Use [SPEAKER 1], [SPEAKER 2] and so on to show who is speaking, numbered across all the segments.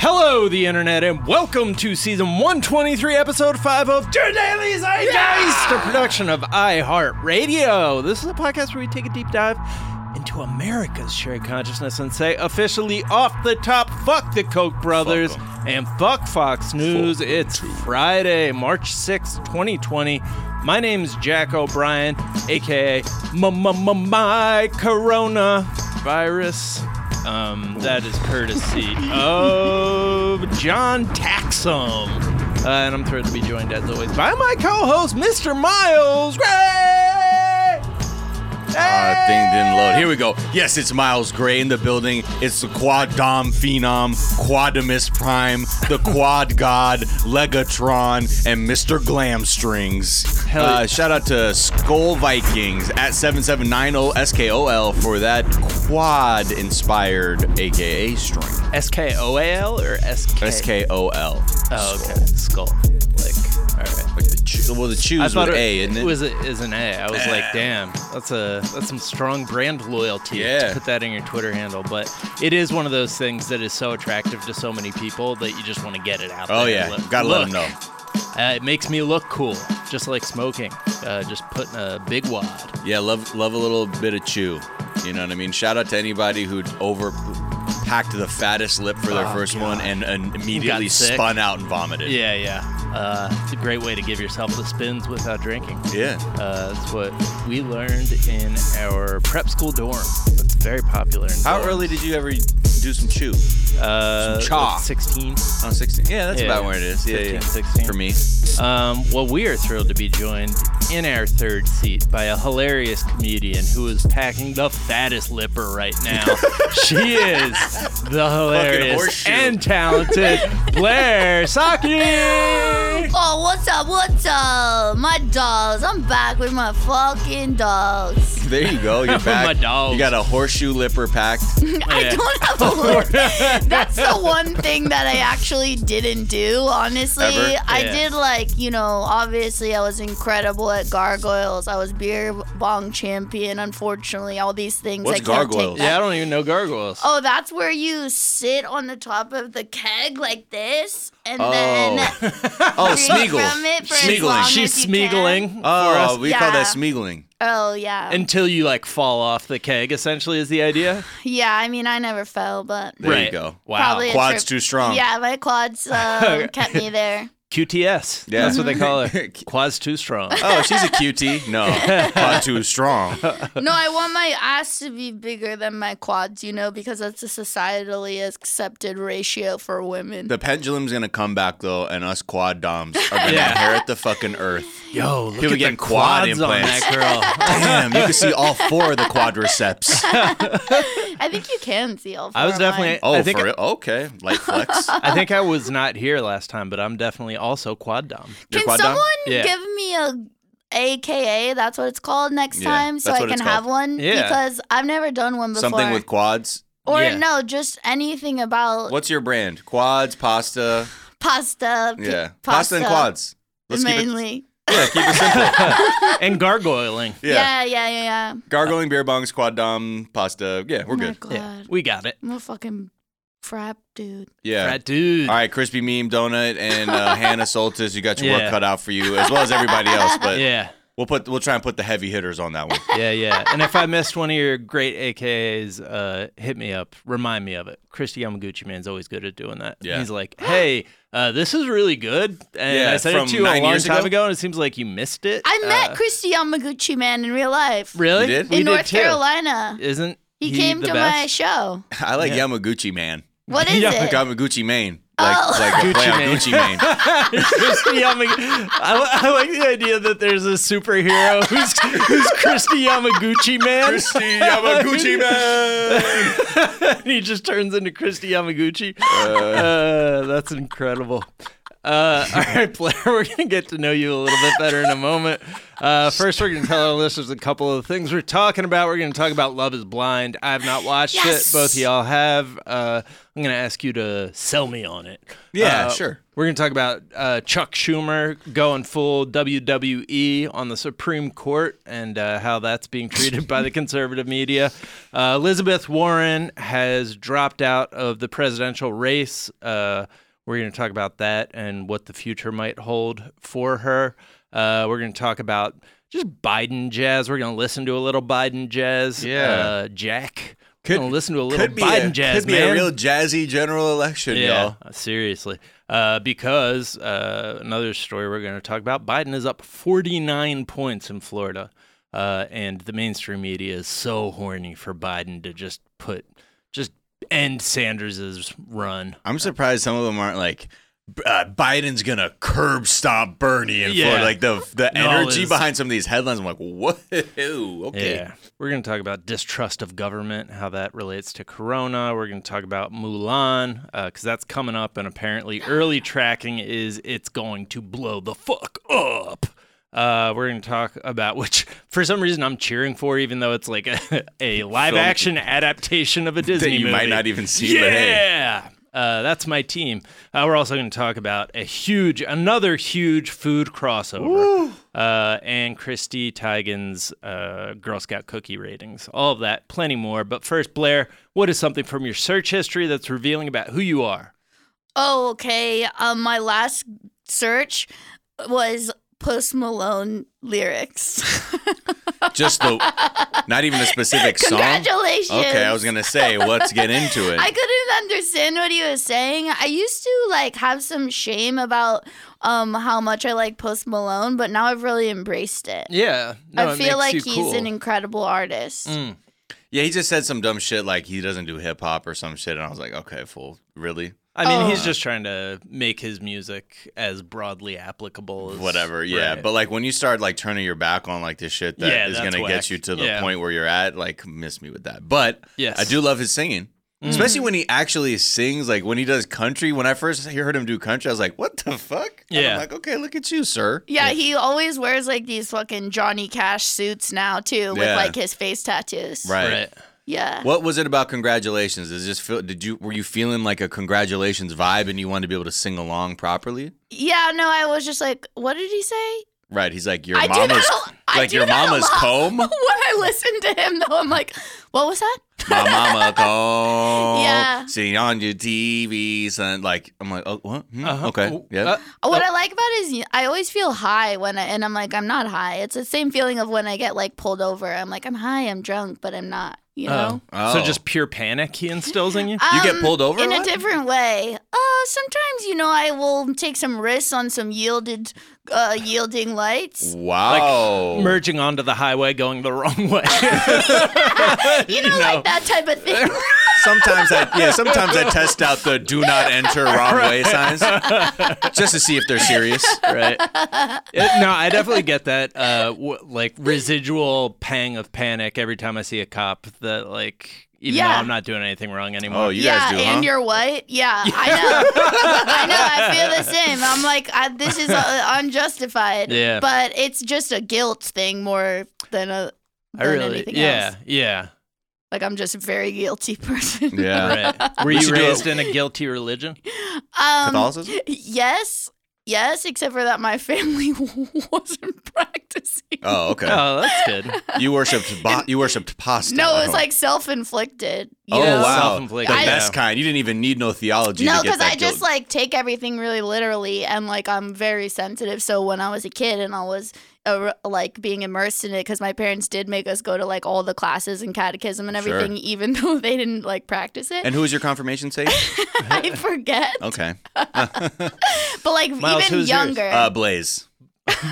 [SPEAKER 1] Hello, the internet, and welcome to season 123, episode 5 of Dear Dailies Zeitgeist, a production of iHeartRadio. This is a podcast where we take a deep dive into America's shared consciousness and say, officially off the top, fuck the Koch brothers and fuck Fox News. it's Friday, March sixth, 2020. My name's Jack O'Brien, aka my coronavirus. Um, that is courtesy of John Taxum. Uh, and I'm thrilled to be joined, as always, by my co host, Mr. Miles Gray!
[SPEAKER 2] Uh, thing didn't load. Here we go. Yes, it's Miles Gray in the building. It's the Quad Dom Phenom, Quadimus Prime, the Quad God, Legatron, and Mr. Glamstrings.
[SPEAKER 1] Hell
[SPEAKER 2] uh,
[SPEAKER 1] yeah.
[SPEAKER 2] Shout out to Skull Vikings at 7790 SKOL for that quad inspired AKA string.
[SPEAKER 1] S K O A L or S K?
[SPEAKER 2] SKOL.
[SPEAKER 1] Oh, okay. Skull. Like, all right.
[SPEAKER 2] Like the choo- well, the choose
[SPEAKER 1] I thought
[SPEAKER 2] with
[SPEAKER 1] it,
[SPEAKER 2] A, isn't it?
[SPEAKER 1] was a, is an A. I was like, damn, that's a that's some strong brand loyalty to
[SPEAKER 2] Yeah.
[SPEAKER 1] put that in your Twitter handle. But it is one of those things that is so attractive to so many people that you just want to get it out
[SPEAKER 2] oh,
[SPEAKER 1] there.
[SPEAKER 2] yeah.
[SPEAKER 1] Look-
[SPEAKER 2] Gotta let 'em
[SPEAKER 1] look,
[SPEAKER 2] know.
[SPEAKER 1] Uh, it makes me look cool, just like smoking, uh, just putting a big wad.
[SPEAKER 2] Yeah, love love a little bit of chew. You know what I mean? Shout out to anybody who over packed the fattest lip for their
[SPEAKER 1] Oh,
[SPEAKER 2] first one and, and immediately
[SPEAKER 1] sick.
[SPEAKER 2] spun out and vomited.
[SPEAKER 1] Yeah, yeah. Uh, it's a great way to give yourself the spins without drinking.
[SPEAKER 2] Yeah.
[SPEAKER 1] Uh, that's what we learned in our prep school dorm. It's very popular. In
[SPEAKER 2] How
[SPEAKER 1] dorms.
[SPEAKER 2] early did you ever do some chew?
[SPEAKER 1] Uh,
[SPEAKER 2] Some chaw.
[SPEAKER 1] like 16.
[SPEAKER 2] Oh, 16. Yeah, that's
[SPEAKER 1] Yeah.
[SPEAKER 2] about where it is. Yeah,
[SPEAKER 1] 15,
[SPEAKER 2] yeah.
[SPEAKER 1] 16.
[SPEAKER 2] For me.
[SPEAKER 1] Um, well, we are thrilled to be joined in our third seat by a hilarious comedian who is packing the fattest lipper right now. she is the hilarious
[SPEAKER 2] horseshoe.
[SPEAKER 1] and talented Blair Saki.
[SPEAKER 3] Oh, what's up? What's up? My dogs. I'm back with my fucking dogs.
[SPEAKER 2] There you go. You're
[SPEAKER 1] My
[SPEAKER 2] back.
[SPEAKER 1] dogs.
[SPEAKER 2] You got a horseshow lipper packed.
[SPEAKER 1] Yeah.
[SPEAKER 3] I don't have a list. That's the one thing that I actually didn't do, honestly.
[SPEAKER 2] Ever?
[SPEAKER 3] I
[SPEAKER 1] Yeah.
[SPEAKER 3] did, like, you know, obviously I was incredible at gargoyles. I was beer bong champion, unfortunately. All these things.
[SPEAKER 2] What's
[SPEAKER 3] I can't
[SPEAKER 2] gargoyles?
[SPEAKER 3] Take
[SPEAKER 1] Yeah, I don't even know gargoyles.
[SPEAKER 3] Oh, that's where you sit on the top of the keg like this, and
[SPEAKER 2] Oh.
[SPEAKER 3] then
[SPEAKER 2] Oh,
[SPEAKER 3] drink
[SPEAKER 2] Smeagol.
[SPEAKER 3] from it for as long
[SPEAKER 2] Smeagling.
[SPEAKER 3] as
[SPEAKER 1] She's
[SPEAKER 3] you can.
[SPEAKER 1] smeagling. for us.
[SPEAKER 2] Oh, we call
[SPEAKER 3] Yeah.
[SPEAKER 2] that smeagling.
[SPEAKER 3] oh yeah,
[SPEAKER 1] until you like fall off the keg essentially is the idea
[SPEAKER 3] yeah. I mean, I never fell, but
[SPEAKER 2] There
[SPEAKER 1] Right.
[SPEAKER 2] you go.
[SPEAKER 1] wow
[SPEAKER 3] Probably a
[SPEAKER 2] Quad's
[SPEAKER 3] trip-
[SPEAKER 2] too strong.
[SPEAKER 3] Yeah, my quads um, kept me there.
[SPEAKER 1] qts
[SPEAKER 2] Yeah.
[SPEAKER 1] that's what they call it quads too strong
[SPEAKER 2] Oh, she's a cutie. No, not too strong.
[SPEAKER 3] No, I want my ass to be bigger than my quads, you know, because that's a societally accepted ratio for women.
[SPEAKER 2] The pendulum's gonna come back though, and us quad doms are gonna
[SPEAKER 1] Yeah.
[SPEAKER 2] inherit the fucking earth.
[SPEAKER 1] yo look
[SPEAKER 2] People
[SPEAKER 1] at the
[SPEAKER 2] getting quad
[SPEAKER 1] quads on that girl
[SPEAKER 2] Damn, you can see all four of the quadriceps.
[SPEAKER 3] I think you can see all. Four
[SPEAKER 1] i was
[SPEAKER 3] of mine.
[SPEAKER 1] definitely
[SPEAKER 2] Oh,
[SPEAKER 1] i think
[SPEAKER 2] for real? Okay, light flex.
[SPEAKER 1] i think i was not here last time but i'm definitely also quad dom
[SPEAKER 2] Your
[SPEAKER 3] Can
[SPEAKER 2] quad dom?
[SPEAKER 3] someone
[SPEAKER 1] Yeah.
[SPEAKER 3] give me a AKA? That's what it's called next
[SPEAKER 2] Yeah,
[SPEAKER 3] time, so
[SPEAKER 2] that's
[SPEAKER 3] I
[SPEAKER 2] what
[SPEAKER 3] can
[SPEAKER 2] it's
[SPEAKER 3] have
[SPEAKER 2] called.
[SPEAKER 3] one.
[SPEAKER 1] Yeah.
[SPEAKER 3] Because I've never done one before.
[SPEAKER 2] Something with quads.
[SPEAKER 3] or
[SPEAKER 1] Yeah.
[SPEAKER 3] no, just anything about
[SPEAKER 2] What's your brand? Quads, pasta.
[SPEAKER 3] pasta. p-
[SPEAKER 2] Yeah,
[SPEAKER 3] pasta,
[SPEAKER 2] pasta and quads. Let's keep
[SPEAKER 3] mainly.
[SPEAKER 2] it. Yeah, keep it simple.
[SPEAKER 1] and gargoyling
[SPEAKER 2] Yeah,
[SPEAKER 3] yeah, yeah, yeah. yeah.
[SPEAKER 2] gargling beer bongs, quad dom, pasta. Yeah, we're
[SPEAKER 3] oh my
[SPEAKER 2] good.
[SPEAKER 3] god.
[SPEAKER 1] yeah we got it
[SPEAKER 3] I'm a fucking frap dude.
[SPEAKER 2] Yeah.
[SPEAKER 1] Right, dude
[SPEAKER 2] All right, crispy meme donut and uh, Hannah Soltis. You got your
[SPEAKER 1] Yeah.
[SPEAKER 2] work cut out for you, as well as everybody else. But
[SPEAKER 1] yeah
[SPEAKER 2] we'll put we'll try and put the heavy hitters on that one.
[SPEAKER 1] yeah yeah and if i missed one of your great akas uh hit me up remind me of it christy yamaguchi man's always good at doing that
[SPEAKER 2] Yeah.
[SPEAKER 1] he's like hey uh this is really good and
[SPEAKER 2] Yeah,
[SPEAKER 1] i said it
[SPEAKER 2] from
[SPEAKER 1] to you a
[SPEAKER 2] nine
[SPEAKER 1] long
[SPEAKER 2] years
[SPEAKER 1] time
[SPEAKER 2] ago?
[SPEAKER 1] ago and it seems like you missed it
[SPEAKER 3] I met
[SPEAKER 1] Uh,
[SPEAKER 3] Christy Yamaguchi man in real life.
[SPEAKER 1] really
[SPEAKER 2] You did?
[SPEAKER 1] We
[SPEAKER 3] in North
[SPEAKER 1] too.
[SPEAKER 3] Carolina.
[SPEAKER 1] isn't
[SPEAKER 3] He, came
[SPEAKER 1] the
[SPEAKER 3] to my
[SPEAKER 1] best?
[SPEAKER 3] show.
[SPEAKER 2] I like Yamaguchi man.
[SPEAKER 3] What is
[SPEAKER 1] Yeah,
[SPEAKER 3] it?
[SPEAKER 2] Yamaguchi Maine. Like,
[SPEAKER 3] Oh.
[SPEAKER 2] like a play on
[SPEAKER 1] Mane.
[SPEAKER 2] Gucci Mane.
[SPEAKER 1] Christy Yamaguchi. I, li- I like the idea that there's a superhero who's who's Christy Yamaguchi man.
[SPEAKER 2] Christy Yamaguchi Mane.
[SPEAKER 1] he just turns into Christy Yamaguchi. Uh, that's incredible. Uh, all right, Blair, we're going to get to know you a little bit better in a moment. Uh, first, we're going to tell our listeners a couple of things we're talking about. We're going to talk about Love is Blind. I've not watched
[SPEAKER 3] Yes.
[SPEAKER 1] it, both of y'all have. Uh, I'm going to ask you to sell me on it.
[SPEAKER 2] Yeah,
[SPEAKER 1] Uh,
[SPEAKER 2] sure.
[SPEAKER 1] We're going to talk about uh, Chuck Schumer going full WWE on the Supreme Court and uh, how that's being treated by the conservative media. Uh, Elizabeth Warren has dropped out of the presidential race. Uh, We're going to talk about that and what the future might hold for her. Uh, we're going to talk about just Biden jazz. We're going to listen to a little Biden jazz.
[SPEAKER 2] Yeah.
[SPEAKER 1] Uh, Jack. We're
[SPEAKER 2] Could-
[SPEAKER 1] going to listen to a little
[SPEAKER 2] Could be,
[SPEAKER 1] Biden
[SPEAKER 2] a,
[SPEAKER 1] jazz,
[SPEAKER 2] could be
[SPEAKER 1] man.
[SPEAKER 2] a real jazzy general election,
[SPEAKER 1] yeah,
[SPEAKER 2] y'all.
[SPEAKER 1] uh, seriously. Uh, because uh, another story we're going to talk about Biden is up 49 points in Florida. Uh, and the mainstream media is so horny for Biden to just put, just end Sanders's run.
[SPEAKER 2] I'm surprised some of them aren't like B- uh, Biden's gonna curb stop Bernie and
[SPEAKER 1] Yeah.
[SPEAKER 2] Florida. Like the the
[SPEAKER 1] No,
[SPEAKER 2] energy
[SPEAKER 1] it's-
[SPEAKER 2] behind some of these headlines, I'm like, whoa, okay.
[SPEAKER 1] Yeah. We're going to talk about distrust of government, how that relates to Corona. We're going to talk about Mulan, because that's coming up. And apparently, early tracking is it's going to blow the fuck up. Uh, we're going to talk about which, for some reason, I'm cheering for, even though it's like a, a live action adaptation of a Disney
[SPEAKER 2] That you
[SPEAKER 1] movie.
[SPEAKER 2] might not even see, but hey,
[SPEAKER 1] Yeah. Uh, that's my team. Uh, we're also going to talk about a huge, another huge food crossover, uh, and Christy Teigen's uh, Girl Scout cookie ratings. All of that, plenty more. But first, Blair, what is something from your search history that's revealing about who you are?
[SPEAKER 3] Oh, okay. Um, my last search was Post Malone lyrics.
[SPEAKER 2] just the not even a specific song.
[SPEAKER 3] Congratulations.
[SPEAKER 2] Okay, I was gonna say, let's get into it.
[SPEAKER 3] I couldn't understand what he was saying. I used to like have some shame about um how much I like Post Malone, but now I've really embraced it.
[SPEAKER 1] Yeah,
[SPEAKER 3] I feel like he's an incredible artist.
[SPEAKER 2] yeah, he just said some dumb shit like he doesn't do hip hop or some shit, and I was like, okay, fool, really?
[SPEAKER 1] I mean, he's
[SPEAKER 3] Oh.
[SPEAKER 1] just trying to make his music as broadly applicable as
[SPEAKER 2] whatever yeah
[SPEAKER 1] Right.
[SPEAKER 2] but like when you start like turning your back on like this shit that
[SPEAKER 1] Yeah,
[SPEAKER 2] is
[SPEAKER 1] that's
[SPEAKER 2] gonna
[SPEAKER 1] whack.
[SPEAKER 2] get you to the
[SPEAKER 1] Yeah.
[SPEAKER 2] point where you're at like miss me with that but
[SPEAKER 1] Yes. Mm.
[SPEAKER 2] i do love his singing especially when he actually sings like when he does country when i first heard him do country i was like what the fuck And
[SPEAKER 1] Yeah.
[SPEAKER 2] i'm like okay look at you sir
[SPEAKER 3] Yeah, he always wears like these fucking Johnny Cash suits now too, with
[SPEAKER 2] Yeah.
[SPEAKER 3] like his face tattoos.
[SPEAKER 2] right,
[SPEAKER 1] right.
[SPEAKER 3] Yeah.
[SPEAKER 2] What was it about congratulations? Is just feel did you were you feeling like a congratulations vibe and you wanted to be able to sing along properly?
[SPEAKER 3] Yeah. No, I was just like, what did he say?
[SPEAKER 2] Right. He's like your
[SPEAKER 3] I do that
[SPEAKER 2] mama's
[SPEAKER 3] a- I
[SPEAKER 2] like
[SPEAKER 3] do
[SPEAKER 2] your
[SPEAKER 3] that a
[SPEAKER 2] mama's
[SPEAKER 3] lot.
[SPEAKER 2] comb.
[SPEAKER 3] when I listen to him though, I'm like, what was that?
[SPEAKER 2] My mama called.
[SPEAKER 3] Yeah.
[SPEAKER 2] She on your TV, son. Like I'm like, oh, what? Hmm,
[SPEAKER 1] Uh-huh.
[SPEAKER 2] Okay.
[SPEAKER 1] Oh,
[SPEAKER 2] Yeah.
[SPEAKER 1] uh,
[SPEAKER 3] What I like about it is I always feel high when I and I'm like I'm not high. It's the same feeling of when I get like pulled over. I'm like I'm high, I'm drunk, but I'm not. You know.
[SPEAKER 1] oh. so
[SPEAKER 2] Oh.
[SPEAKER 1] just pure panic he instills in you.
[SPEAKER 2] you get
[SPEAKER 3] Um,
[SPEAKER 2] pulled over
[SPEAKER 3] in a
[SPEAKER 2] lot?
[SPEAKER 3] different way. Uh, sometimes you know I will take some risks on some yielded, uh, yielding lights.
[SPEAKER 2] Wow.
[SPEAKER 1] merging onto the highway going the wrong way.
[SPEAKER 3] You know, like that type of thing.
[SPEAKER 2] sometimes I yeah. Sometimes I test out the do not enter wrong way signs just to see if they're serious.
[SPEAKER 1] Right. Yeah, no, I definitely get that uh, w- like residual pang of panic every time I see a cop that like even
[SPEAKER 3] Yeah.
[SPEAKER 1] though I'm not doing anything wrong anymore.
[SPEAKER 2] Oh, you
[SPEAKER 3] yeah,
[SPEAKER 2] guys do,
[SPEAKER 3] and
[SPEAKER 2] huh?
[SPEAKER 3] you're white. Yeah, I know. I know. I feel the same. I'm like, I, this is uh, unjustified.
[SPEAKER 1] Yeah.
[SPEAKER 3] But it's just a guilt thing more than a
[SPEAKER 1] I
[SPEAKER 3] than
[SPEAKER 1] really
[SPEAKER 3] anything
[SPEAKER 1] Yeah,
[SPEAKER 3] else.
[SPEAKER 1] yeah.
[SPEAKER 3] Like I'm just a very guilty person.
[SPEAKER 2] Yeah.
[SPEAKER 1] Right. Were
[SPEAKER 2] We
[SPEAKER 1] you
[SPEAKER 2] should do a-
[SPEAKER 1] raised in a guilty religion?
[SPEAKER 3] Um,
[SPEAKER 2] Catholicism?
[SPEAKER 3] Yes. Yes, except for that my family wasn't practicing.
[SPEAKER 2] Oh, okay.
[SPEAKER 1] Oh, that's good.
[SPEAKER 2] you worshipped ba- you worshipped pasta.
[SPEAKER 3] no,
[SPEAKER 2] at
[SPEAKER 3] it's
[SPEAKER 2] home.
[SPEAKER 3] like self-inflicted. you
[SPEAKER 2] oh
[SPEAKER 3] know?
[SPEAKER 2] wow, the
[SPEAKER 1] Self-inflicted, yeah.
[SPEAKER 2] best kind. You didn't even need no theology.
[SPEAKER 3] No,
[SPEAKER 2] because
[SPEAKER 3] because I just like take everything really literally, and like I'm very sensitive. So when I was a kid and I was uh, like being immersed in it, because my parents did make us go to like all the classes and catechism and
[SPEAKER 2] Sure.
[SPEAKER 3] everything, even though they didn't like practice it.
[SPEAKER 2] And Oh, who was your confirmation saint?
[SPEAKER 3] I forget,
[SPEAKER 2] Okay.
[SPEAKER 3] but like
[SPEAKER 1] Miles,
[SPEAKER 3] even
[SPEAKER 1] who's yours?
[SPEAKER 3] younger.
[SPEAKER 2] Uh, Blaise.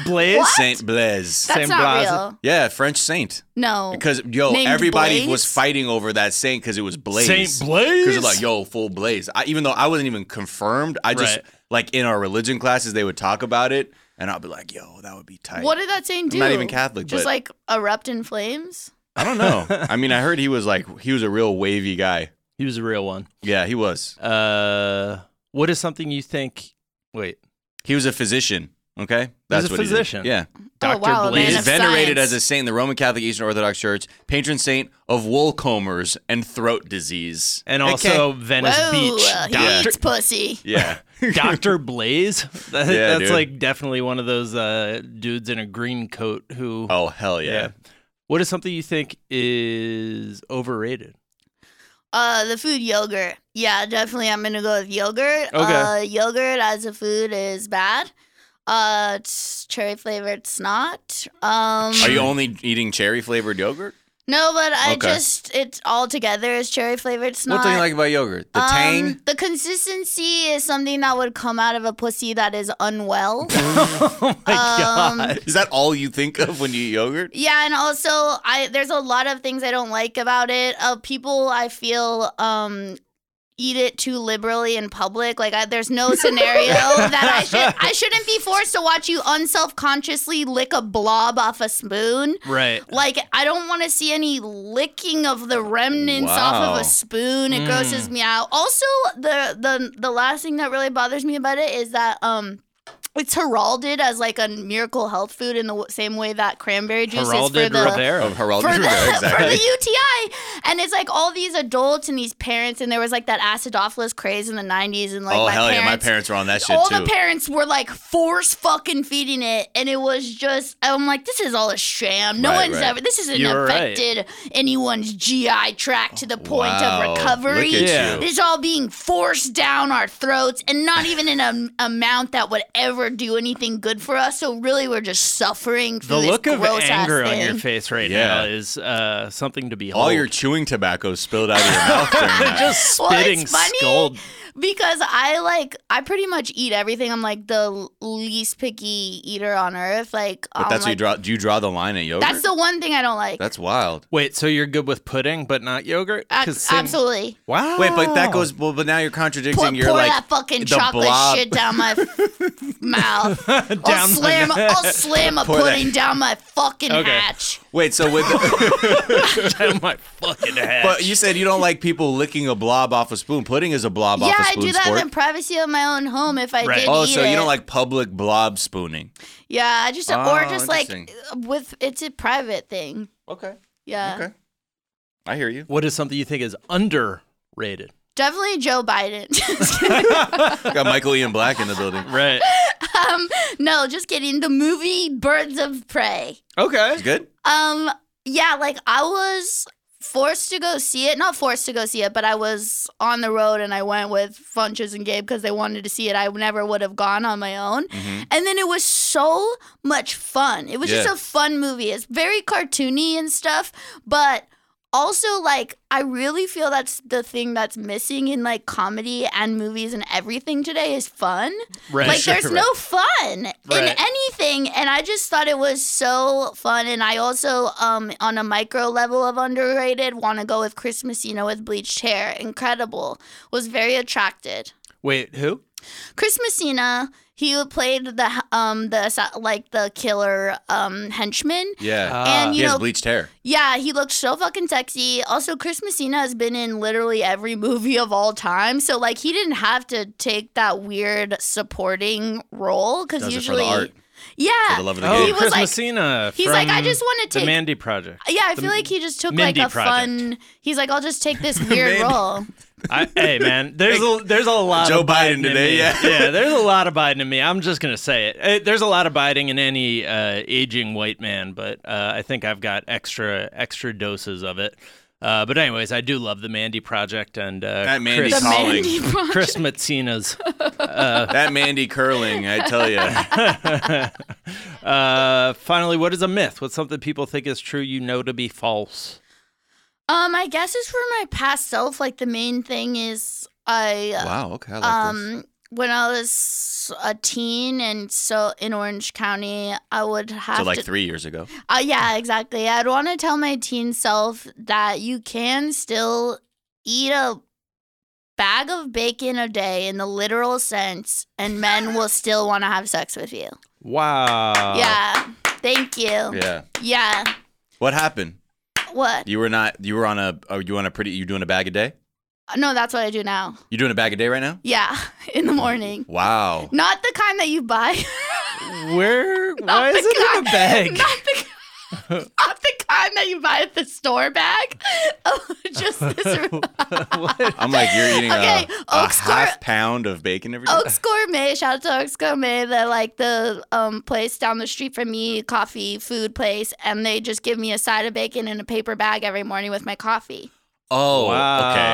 [SPEAKER 1] Blaze.
[SPEAKER 2] Saint Blaise.
[SPEAKER 3] That's
[SPEAKER 1] Saint
[SPEAKER 3] not
[SPEAKER 1] Blas-
[SPEAKER 3] real.
[SPEAKER 2] Yeah, French saint.
[SPEAKER 3] No,
[SPEAKER 2] Because yo,
[SPEAKER 3] Oh. Named
[SPEAKER 2] everybody
[SPEAKER 3] Blaze?
[SPEAKER 2] was fighting over that saint because it was Blaze.
[SPEAKER 1] Saint Blaze?
[SPEAKER 2] Because like yo, full Blaze. I, even though I wasn't even confirmed, I just
[SPEAKER 1] Right.
[SPEAKER 2] like in our religion classes they would talk about it, and I'll be like, yo, that would be tight.
[SPEAKER 3] what did that saying do?
[SPEAKER 2] I'm not even Catholic,
[SPEAKER 3] Just
[SPEAKER 2] but-
[SPEAKER 3] like erupt in flames. Oh,
[SPEAKER 2] I don't know. I mean, I heard he was like he was a real wavy guy.
[SPEAKER 1] He was a real one.
[SPEAKER 2] Yeah, he was.
[SPEAKER 1] Uh, what is something you think? Wait,
[SPEAKER 2] He was a physician. Okay,
[SPEAKER 1] a
[SPEAKER 2] what he did.
[SPEAKER 1] physician.
[SPEAKER 2] Yeah,
[SPEAKER 1] Dr.
[SPEAKER 3] Oh wow, a
[SPEAKER 1] Blaze.
[SPEAKER 2] he
[SPEAKER 3] man
[SPEAKER 2] is
[SPEAKER 3] of
[SPEAKER 2] venerated
[SPEAKER 3] science.
[SPEAKER 2] as a saint in the Roman Catholic Eastern Orthodox Church, patron saint of wool combers and throat disease,
[SPEAKER 1] and
[SPEAKER 2] Okay.
[SPEAKER 1] also Venice
[SPEAKER 3] Whoa,
[SPEAKER 1] Beach.
[SPEAKER 3] uh, he
[SPEAKER 1] Doctor
[SPEAKER 3] eats pussy.
[SPEAKER 2] Yeah.
[SPEAKER 1] Dr. Blaze. That,
[SPEAKER 2] Yeah,
[SPEAKER 1] that's
[SPEAKER 2] dude.
[SPEAKER 1] like definitely one of those uh, dudes in a green coat who.
[SPEAKER 2] Oh hell yeah.
[SPEAKER 1] What is something you think is overrated?
[SPEAKER 3] Uh, the food yogurt. Yeah, definitely. I'm gonna go with yogurt.
[SPEAKER 1] Okay.
[SPEAKER 3] Uh, yogurt as a food is bad. Uh, it's cherry flavored snot. Um,
[SPEAKER 2] Are you only eating cherry flavored yogurt?
[SPEAKER 3] no, but I
[SPEAKER 2] Okay.
[SPEAKER 3] just it's all together is cherry flavored snot.
[SPEAKER 2] what do you like about yogurt? The
[SPEAKER 3] Um,
[SPEAKER 2] tang?
[SPEAKER 3] the consistency is something that would come out of a pussy that is unwell.
[SPEAKER 1] oh my
[SPEAKER 3] Um,
[SPEAKER 1] god.
[SPEAKER 2] Is that all you think of when you eat yogurt?
[SPEAKER 3] Yeah, and also I there's a lot of things I don't like about it. Uh, people I feel um eat it too liberally in public. Like I, there's no scenario that I should I shouldn't be forced to watch you unselfconsciously lick a blob off a spoon.
[SPEAKER 1] Right.
[SPEAKER 3] Like I don't want to see any licking of the remnants off
[SPEAKER 2] Wow.
[SPEAKER 3] of a spoon. It
[SPEAKER 1] Mm.
[SPEAKER 3] grosses me out. Also, the the the last thing that really bothers me about it is that um. It's heralded as like a miracle health food in the w- same way that cranberry juice is
[SPEAKER 1] Heralded
[SPEAKER 3] for the
[SPEAKER 1] Rivera.
[SPEAKER 2] Of Geraldo
[SPEAKER 3] for the,
[SPEAKER 2] Rivera,
[SPEAKER 3] for the
[SPEAKER 2] exactly.
[SPEAKER 3] UTI. And it's like all these adults and these parents, and there was like that acidophilus craze in the 90s. And like
[SPEAKER 2] oh
[SPEAKER 3] my
[SPEAKER 2] hell
[SPEAKER 3] parents,
[SPEAKER 2] yeah, my parents were on that shit
[SPEAKER 3] all
[SPEAKER 2] too.
[SPEAKER 3] the parents were like force fucking feeding it. And it was just, I'm like, this is all a sham. No
[SPEAKER 2] Right,
[SPEAKER 3] one's
[SPEAKER 2] right.
[SPEAKER 3] ever, this hasn't
[SPEAKER 1] You're right.
[SPEAKER 3] affected anyone's GI tract to the point
[SPEAKER 2] Wow,
[SPEAKER 3] of recovery.
[SPEAKER 2] Look at
[SPEAKER 1] Yeah.
[SPEAKER 2] you.
[SPEAKER 3] It's all being forced down our throats and not even in an amount that would ever do anything good for us. So really we're just suffering
[SPEAKER 1] The
[SPEAKER 3] through this
[SPEAKER 1] look of
[SPEAKER 3] gross-ass
[SPEAKER 1] anger on
[SPEAKER 3] thing.
[SPEAKER 1] your face right
[SPEAKER 2] Yeah.
[SPEAKER 1] now is uh, something to behold.
[SPEAKER 2] All your chewing tobacco spilled out of your mouth. during
[SPEAKER 3] Oh
[SPEAKER 2] that.
[SPEAKER 1] just
[SPEAKER 3] Well, it's
[SPEAKER 1] spitting
[SPEAKER 3] funny.
[SPEAKER 1] scold.
[SPEAKER 3] because I like I pretty much eat everything. I'm like the least picky eater on earth. Like,
[SPEAKER 2] But
[SPEAKER 3] I'm
[SPEAKER 2] that's what you
[SPEAKER 3] like-
[SPEAKER 2] draw. Do you draw the line at yogurt?
[SPEAKER 3] That's the one thing I don't like.
[SPEAKER 2] That's wild.
[SPEAKER 1] Wait, so you're good with pudding but not yogurt?
[SPEAKER 3] A-
[SPEAKER 1] 'Cause same-
[SPEAKER 3] Uh, absolutely.
[SPEAKER 1] Wow.
[SPEAKER 2] Wait, but that goes. Well, but now you're contradicting.
[SPEAKER 3] Pour,
[SPEAKER 2] you're
[SPEAKER 3] pour
[SPEAKER 2] like
[SPEAKER 3] that fucking
[SPEAKER 2] the
[SPEAKER 3] chocolate
[SPEAKER 2] blob-
[SPEAKER 3] shit down my f- mouth.
[SPEAKER 1] down
[SPEAKER 3] I'll
[SPEAKER 1] the
[SPEAKER 3] slam.
[SPEAKER 1] neck.
[SPEAKER 3] I'll slam a
[SPEAKER 2] Pour that-
[SPEAKER 3] pudding down my fucking
[SPEAKER 1] Okay.
[SPEAKER 3] hatch.
[SPEAKER 2] wait. So with, the,
[SPEAKER 1] down my fucking ass.
[SPEAKER 2] but you said you don't like people licking a blob off a spoon. Pudding is a blob
[SPEAKER 3] yeah,
[SPEAKER 2] off a
[SPEAKER 3] I
[SPEAKER 2] spoon.
[SPEAKER 3] do that
[SPEAKER 2] sport.
[SPEAKER 3] in the privacy of my own home if I
[SPEAKER 1] Right.
[SPEAKER 3] did
[SPEAKER 2] Oh,
[SPEAKER 3] eat
[SPEAKER 2] so
[SPEAKER 3] it.
[SPEAKER 2] you don't like public blob spooning?
[SPEAKER 3] Yeah, I just or
[SPEAKER 2] Oh,
[SPEAKER 3] just like
[SPEAKER 2] interesting.
[SPEAKER 3] with it's a private thing.
[SPEAKER 2] Okay.
[SPEAKER 3] Yeah,
[SPEAKER 2] Okay. I hear you.
[SPEAKER 1] what is something you think is underrated?
[SPEAKER 3] definitely Joe Biden.
[SPEAKER 2] Got Michael Ian Black in the building.
[SPEAKER 1] Right.
[SPEAKER 3] Um, no, just kidding. The movie Birds of Prey.
[SPEAKER 1] Okay.
[SPEAKER 2] Good.
[SPEAKER 3] Um, yeah, like I was forced to go see it. Not forced to go see it, but I was on the road and I went with Funches and Gabe because they wanted to see it. I never would have gone on my own.
[SPEAKER 2] Mhm.
[SPEAKER 3] And then it was so much fun. It was
[SPEAKER 2] Yeah.
[SPEAKER 3] just a fun movie. It's very cartoony and stuff, but also like I really feel that's the thing that's missing in like comedy and movies and everything today is fun.
[SPEAKER 1] Right.
[SPEAKER 3] Like there's no fun in
[SPEAKER 1] Right.
[SPEAKER 3] anything, and I just thought it was so fun. And I also, um, on a micro level of underrated, want to go with Chris Messina with bleached hair. Incredible, was very attracted.
[SPEAKER 1] Wait, who?
[SPEAKER 3] Chris Messina, he played the um the assa- like the killer um henchman.
[SPEAKER 2] Yeah.
[SPEAKER 1] Ah.
[SPEAKER 3] Uh, you
[SPEAKER 2] he has
[SPEAKER 3] know-
[SPEAKER 2] bleached hair.
[SPEAKER 3] Yeah, he looked so fucking sexy. Also, Chris Messina has been in literally every movie of all time. So, like, he didn't have to take that weird supporting role because
[SPEAKER 2] Does it for
[SPEAKER 3] usually.
[SPEAKER 2] the art, for the
[SPEAKER 3] Yeah. Uh,
[SPEAKER 2] love of the
[SPEAKER 1] oh,
[SPEAKER 2] game.
[SPEAKER 3] was
[SPEAKER 1] Chris
[SPEAKER 3] like-
[SPEAKER 1] Messina.
[SPEAKER 3] He's like, I
[SPEAKER 1] from
[SPEAKER 3] just want to
[SPEAKER 1] the
[SPEAKER 3] take.
[SPEAKER 1] Mandy Project.
[SPEAKER 3] yeah, I
[SPEAKER 1] the
[SPEAKER 3] feel like he just took
[SPEAKER 1] Mindy
[SPEAKER 3] like a
[SPEAKER 1] Project.
[SPEAKER 3] fun. He's like, I'll just take this weird
[SPEAKER 2] Mindy.
[SPEAKER 3] role.
[SPEAKER 1] I, hey man, there's a, there's a lot
[SPEAKER 2] Joe
[SPEAKER 1] of Biden,
[SPEAKER 2] Biden today,
[SPEAKER 1] in me.
[SPEAKER 2] yeah.
[SPEAKER 1] yeah, there's a lot of Biden in me. I'm just gonna say it. Eh, There's a lot of Biden in any uh, aging white man, but uh, I think I've got extra extra doses of it. Uh, but anyways, I do love the Mandy Project and uh,
[SPEAKER 2] That Mandy
[SPEAKER 1] Chris,
[SPEAKER 3] The
[SPEAKER 2] Colin.
[SPEAKER 3] Mandy Project.
[SPEAKER 1] Chris Messina's.
[SPEAKER 2] That Mandy curling, I tell you.
[SPEAKER 1] Uh, finally, what is a myth? What's something people think is true you know to be false?
[SPEAKER 3] Um, I guess it's for my past self. Like, the main thing is I.
[SPEAKER 2] Wow. Okay. I like this.
[SPEAKER 3] um when I was a teen and so in Orange County, I would have
[SPEAKER 2] So like
[SPEAKER 3] to
[SPEAKER 2] three years ago.
[SPEAKER 3] Uh, yeah, exactly. I'd want to tell my teen self that you can still eat a bag of bacon a day in the literal sense and men will still want to have sex with you.
[SPEAKER 1] Wow.
[SPEAKER 3] yeah. Thank you.
[SPEAKER 2] Yeah.
[SPEAKER 3] Yeah.
[SPEAKER 2] What happened?
[SPEAKER 3] What?
[SPEAKER 2] You were not. You were on a. Are you on a pretty? You doing a bag a day?
[SPEAKER 3] No, that's what I do now.
[SPEAKER 2] You doing a bag a day right now?
[SPEAKER 3] Yeah, in the morning.
[SPEAKER 2] Wow.
[SPEAKER 3] Not the kind that you buy.
[SPEAKER 1] Where? Why is
[SPEAKER 3] the
[SPEAKER 1] it in a
[SPEAKER 3] kind-
[SPEAKER 1] bag?
[SPEAKER 3] Not the, not the kind that you buy at the store bag. Oh, just this.
[SPEAKER 1] What?
[SPEAKER 2] I'm like you're eating
[SPEAKER 3] Okay,
[SPEAKER 2] a, a
[SPEAKER 3] Oaks Court-
[SPEAKER 2] half pound of bacon every day.
[SPEAKER 3] Oaks Gourmet, shout out to Oaks Gourmet, the like the um place down the street from me, coffee food place, and they just give me a side of bacon in a paper bag every morning with my coffee.
[SPEAKER 2] Oh, okay.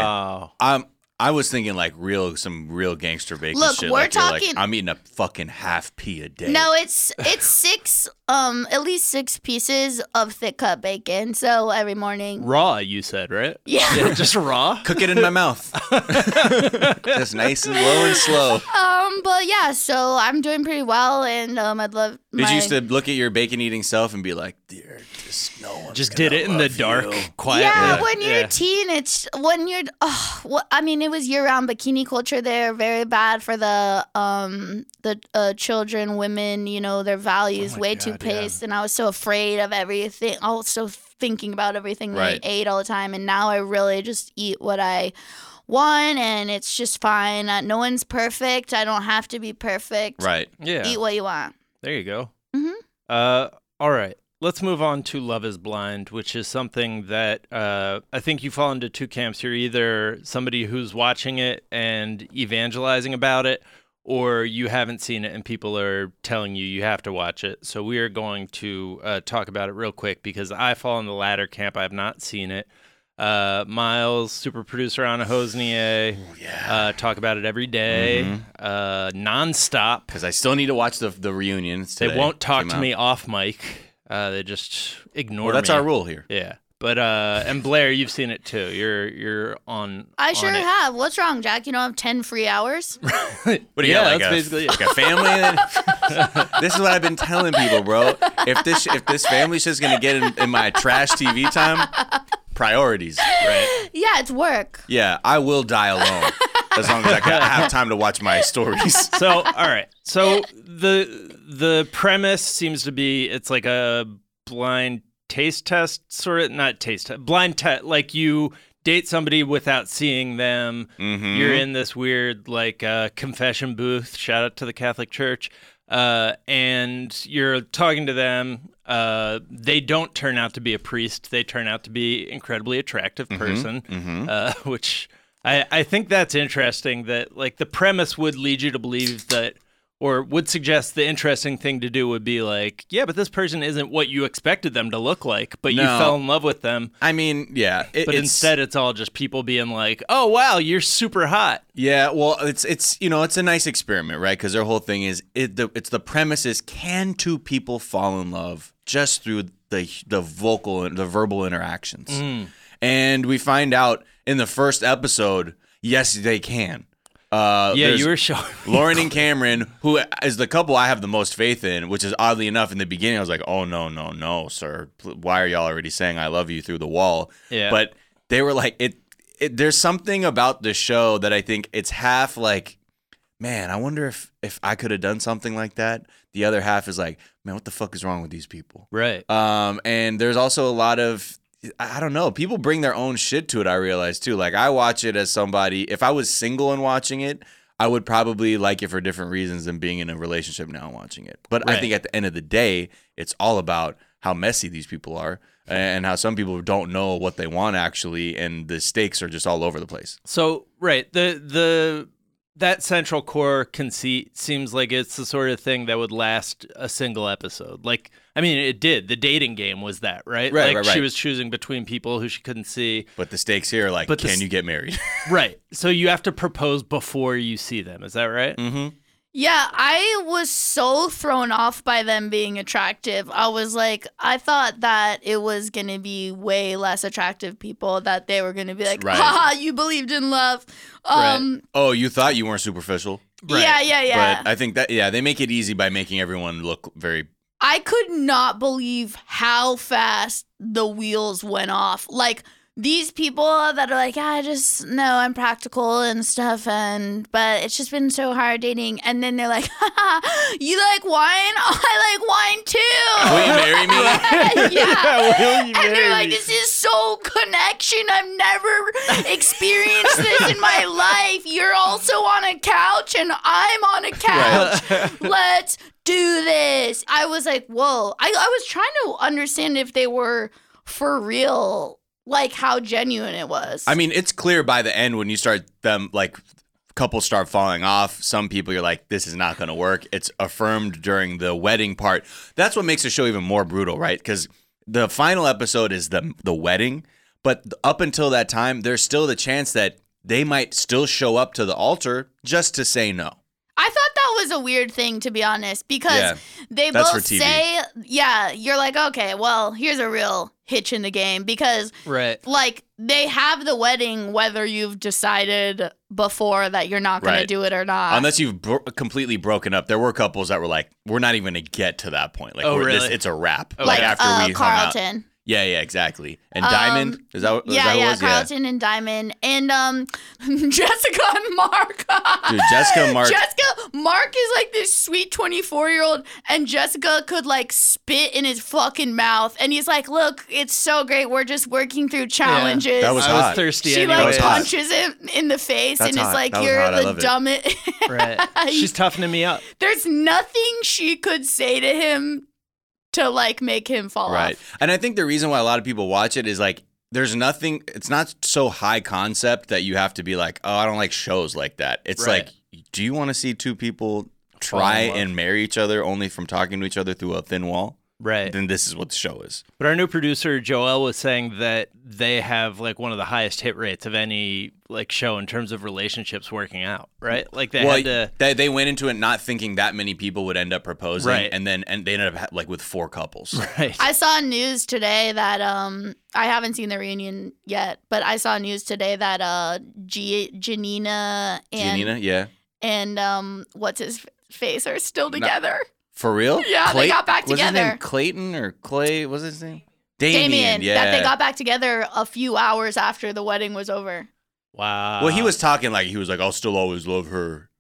[SPEAKER 1] wow.
[SPEAKER 2] I'm. I was thinking like real, some real gangster bacon
[SPEAKER 3] Look,
[SPEAKER 2] shit.
[SPEAKER 3] we're
[SPEAKER 2] like you're like,
[SPEAKER 3] talking-
[SPEAKER 2] I'm eating a fucking half pea a day.
[SPEAKER 3] No, it's it's six, um, at least six pieces of thick cut bacon. So every morning,
[SPEAKER 1] Raw, you said, right?
[SPEAKER 3] yeah.
[SPEAKER 1] Yeah, just raw.
[SPEAKER 2] cook it in my mouth. Just nice and low and slow.
[SPEAKER 3] Um, but yeah, so I'm doing pretty well, and um, I'd love.
[SPEAKER 2] Did
[SPEAKER 3] my-
[SPEAKER 2] you used to look at your bacon eating self and be like, "Dear, just no one."
[SPEAKER 1] Just did it in the dark, quietly.
[SPEAKER 3] Yeah, when you're
[SPEAKER 1] Yeah.
[SPEAKER 3] a teen, it's when you're. Oh, well, I mean, it was year-round bikini culture. They're very bad for the um the uh, children, women. You know, their values
[SPEAKER 1] Oh my
[SPEAKER 3] way
[SPEAKER 1] God,
[SPEAKER 3] too
[SPEAKER 1] yeah.
[SPEAKER 3] paced, and I was so afraid of everything. Also thinking about everything
[SPEAKER 2] Right.
[SPEAKER 3] that I ate all the time, and now I really just eat what I want, and it's just fine. Uh, no one's perfect. I don't have to be perfect.
[SPEAKER 2] Right.
[SPEAKER 1] yeah.
[SPEAKER 3] Eat what you want.
[SPEAKER 1] There you go.
[SPEAKER 3] Mhm.
[SPEAKER 1] Uh, all right. Let's move on to Love is Blind, which is something that uh, I think you fall into two camps. You're either somebody who's watching it and evangelizing about it, or you haven't seen it and people are telling you you have to watch it. So we are going to uh, talk about it real quick because I fall in the latter camp. I have not seen it. Uh, Miles, super producer Anna Hosnier,
[SPEAKER 2] Yeah.
[SPEAKER 1] uh, talk about it every day, uh, nonstop.
[SPEAKER 2] Because I still need to watch the the reunion. It's
[SPEAKER 1] They
[SPEAKER 2] today.
[SPEAKER 1] won't talk
[SPEAKER 2] Came
[SPEAKER 1] to
[SPEAKER 2] out.
[SPEAKER 1] me off mic. Uh, they just ignore
[SPEAKER 2] Well, that's
[SPEAKER 1] me.
[SPEAKER 2] our rule here.
[SPEAKER 1] Yeah. But uh, and Blair, you've seen it too. You're you're on.
[SPEAKER 3] I
[SPEAKER 1] on
[SPEAKER 3] sure
[SPEAKER 1] it.
[SPEAKER 3] have. What's wrong, Jack? You don't have 10 free hours?
[SPEAKER 2] What do you
[SPEAKER 1] yeah,
[SPEAKER 2] got, like
[SPEAKER 1] that's
[SPEAKER 2] a,
[SPEAKER 1] basically it.
[SPEAKER 2] like a family. in it? this is what I've been telling people, bro. If this if this family's just gonna get in, in my trash TV time, priorities, right?
[SPEAKER 3] yeah, it's work.
[SPEAKER 2] Yeah, I will die alone as long as I, can, I have time to watch my stories.
[SPEAKER 1] So all right. So the the premise seems to be it's like a blind taste test, sort of not taste test, blind test. Like you date somebody without seeing them.
[SPEAKER 2] Mm-hmm.
[SPEAKER 1] You're in this weird like uh, confession booth. Shout out to the Catholic Church. Uh, and you're talking to them. Uh, they don't turn out to be a priest. They turn out to be incredibly attractive
[SPEAKER 2] Mm-hmm.
[SPEAKER 1] person, uh, which I, I think that's interesting. That like the premise would lead you to believe that, or would suggest the interesting thing to do would be like, yeah, but this person isn't what you expected them to look like, but you
[SPEAKER 2] No.
[SPEAKER 1] fell in love with them.
[SPEAKER 2] I mean, yeah. it-
[SPEAKER 1] But
[SPEAKER 2] it's-
[SPEAKER 1] instead, it's all just people being like, "Oh wow, you're super hot."
[SPEAKER 2] Yeah, well, it's it's you know it's a nice experiment, right? Because their whole thing is it the it's the premise is can two people fall in love just through the the vocal and the verbal interactions,
[SPEAKER 1] Mm.
[SPEAKER 2] and we find out in the first episode, yes, they can. Uh,
[SPEAKER 1] Yeah,
[SPEAKER 2] there's
[SPEAKER 1] you were showing.
[SPEAKER 2] Lauren and Cameron, who is the couple I have the most faith in, which is oddly enough, in the beginning, I was like, oh, no, no, no, sir. Pl- Why are y'all already saying I love you through the wall?
[SPEAKER 1] Yeah.
[SPEAKER 2] But they were like, it, it there's something about the show that I think it's half like, man, I wonder if, if I could have done something like that. The other half is like, man, what the fuck is wrong with these people?
[SPEAKER 1] Right.
[SPEAKER 2] Um, and there's also a lot of I I don't know. People bring their own shit to it. I realize too. Like I watch it as somebody. If I was single and watching it, I would probably like it for different reasons than being in a relationship now and watching it. But I
[SPEAKER 1] Right.
[SPEAKER 2] think at the end of the day, it's all about how messy these people are and how some people don't know what they want actually, and the stakes are just all over the place.
[SPEAKER 1] So right the the that central core conceit seems like it's the sort of thing that would last a single episode. Like I mean, it did. The dating game was that right?
[SPEAKER 2] Right,
[SPEAKER 1] Like
[SPEAKER 2] right,
[SPEAKER 1] she
[SPEAKER 2] right.
[SPEAKER 1] was choosing between people who she couldn't see.
[SPEAKER 2] But the stakes here are like,
[SPEAKER 1] But the
[SPEAKER 2] can
[SPEAKER 1] s-
[SPEAKER 2] you get married?
[SPEAKER 1] Right. So you have to propose before you see them. Is that right?
[SPEAKER 2] mm-hmm.
[SPEAKER 3] Yeah, I was so thrown off by them being attractive. I was like, I thought that it was going to be way less attractive people that they were going to be like,
[SPEAKER 2] Right.
[SPEAKER 3] haha, you believed in love. Um,
[SPEAKER 2] Oh, you thought you weren't superficial,
[SPEAKER 1] Right.
[SPEAKER 3] Yeah, yeah, yeah.
[SPEAKER 2] but I think that yeah, they make it easy by making everyone look very
[SPEAKER 3] I could not believe how fast the wheels went off. Like these people that are like, "Ah, I just no, I'm practical and stuff, and but it's just been so hard dating. And then they're like, Haha, you like wine? I
[SPEAKER 2] Will you marry me?
[SPEAKER 3] like wine too. yeah.
[SPEAKER 1] will you
[SPEAKER 3] And
[SPEAKER 1] marry
[SPEAKER 3] they're like,
[SPEAKER 1] me?
[SPEAKER 3] this is so connection. I've never experienced this in my life. You're also on a couch, and I'm on a couch.
[SPEAKER 2] Mm.
[SPEAKER 3] Let's do this. I was like, whoa. I, I was trying to understand if they were for real, like how genuine it was.
[SPEAKER 2] I mean, it's clear by the end when you start them like couples start falling off. Some people you're like, this is not going to work. It's affirmed during the wedding part. That's what makes the show even more brutal, right? Because the final episode is the the wedding, But th- up until that time, there's still the chance that they might still show up to the altar just to say no.
[SPEAKER 3] I thought that was a weird thing to be honest because
[SPEAKER 2] Yeah,
[SPEAKER 3] they
[SPEAKER 2] that's
[SPEAKER 3] both
[SPEAKER 2] for TV.
[SPEAKER 3] say yeah, you're like okay, well, here's a real hitch in the game because
[SPEAKER 1] Right.
[SPEAKER 3] like they have the wedding whether you've decided before that you're not going
[SPEAKER 2] Right.
[SPEAKER 3] to do it or not.
[SPEAKER 2] Unless you've bro- completely broken up, there were couples that were like, "We're not even gonna get to that point. Like,
[SPEAKER 1] Oh,
[SPEAKER 2] we're, this,
[SPEAKER 1] really?
[SPEAKER 2] it's a wrap."
[SPEAKER 1] Okay.
[SPEAKER 2] Like
[SPEAKER 3] like
[SPEAKER 2] after
[SPEAKER 3] uh,
[SPEAKER 2] we hung out.
[SPEAKER 3] Carlton.
[SPEAKER 2] Yeah, yeah, exactly. And
[SPEAKER 3] Um,
[SPEAKER 2] Diamond is that, is
[SPEAKER 3] yeah,
[SPEAKER 2] that who
[SPEAKER 3] yeah,
[SPEAKER 2] it was?
[SPEAKER 3] Carlton and Diamond and um Jessica and Mark.
[SPEAKER 2] Dude, Jessica and Mark-
[SPEAKER 3] Jessica Mark is like this sweet 24-year-old and Jessica could like spit in his fucking mouth and he's like, "Look, it's so great. We're just working through challenges."
[SPEAKER 2] That was
[SPEAKER 1] I
[SPEAKER 2] hot.
[SPEAKER 1] was thirsty
[SPEAKER 3] she
[SPEAKER 1] anyway.
[SPEAKER 3] like
[SPEAKER 2] anyways. That was
[SPEAKER 3] punches him in the face
[SPEAKER 2] That's
[SPEAKER 3] and is
[SPEAKER 2] hot.
[SPEAKER 3] like,
[SPEAKER 2] That was
[SPEAKER 3] "You're
[SPEAKER 2] hot. I
[SPEAKER 3] the
[SPEAKER 2] love it.
[SPEAKER 3] dumbest."
[SPEAKER 1] Right. She's toughening me up.
[SPEAKER 3] There's nothing she could say to him to like make him fall
[SPEAKER 2] right.
[SPEAKER 3] off.
[SPEAKER 2] And I think the reason why a lot of people watch it is like there's nothing it's not so high concept that you have to be like, "Oh, I don't like shows like that." It's
[SPEAKER 1] Right.
[SPEAKER 2] like, do you want to see two people
[SPEAKER 1] Fall
[SPEAKER 2] try
[SPEAKER 1] in love.
[SPEAKER 2] and marry each other only from talking to each other through a thin wall?
[SPEAKER 1] Right.
[SPEAKER 2] Then this is what the show is.
[SPEAKER 1] But our new producer Joel was saying that they have like one of the highest hit rates of any like show in terms of relationships working out, right? Like they
[SPEAKER 2] well,
[SPEAKER 1] had to
[SPEAKER 2] they, they went into it not thinking that many people would end up proposing,
[SPEAKER 1] Right.
[SPEAKER 2] and then and they ended up ha- like with four couples.
[SPEAKER 1] right.
[SPEAKER 3] I saw news today that um I haven't seen the reunion yet, but I saw news today that uh G- Janina and
[SPEAKER 2] Janina, yeah,
[SPEAKER 3] and um what's his face are still
[SPEAKER 2] No.
[SPEAKER 3] together.
[SPEAKER 2] for real.
[SPEAKER 3] Yeah, they got back
[SPEAKER 2] was his name
[SPEAKER 3] together.
[SPEAKER 2] Clayton or Clay? What's his name?
[SPEAKER 3] Damien,
[SPEAKER 2] Damien. yeah.
[SPEAKER 3] that they got back together a few hours after the wedding was over.
[SPEAKER 1] wow.
[SPEAKER 2] well,
[SPEAKER 1] Uh,
[SPEAKER 2] he was talking like he was like, "I'll still always love her,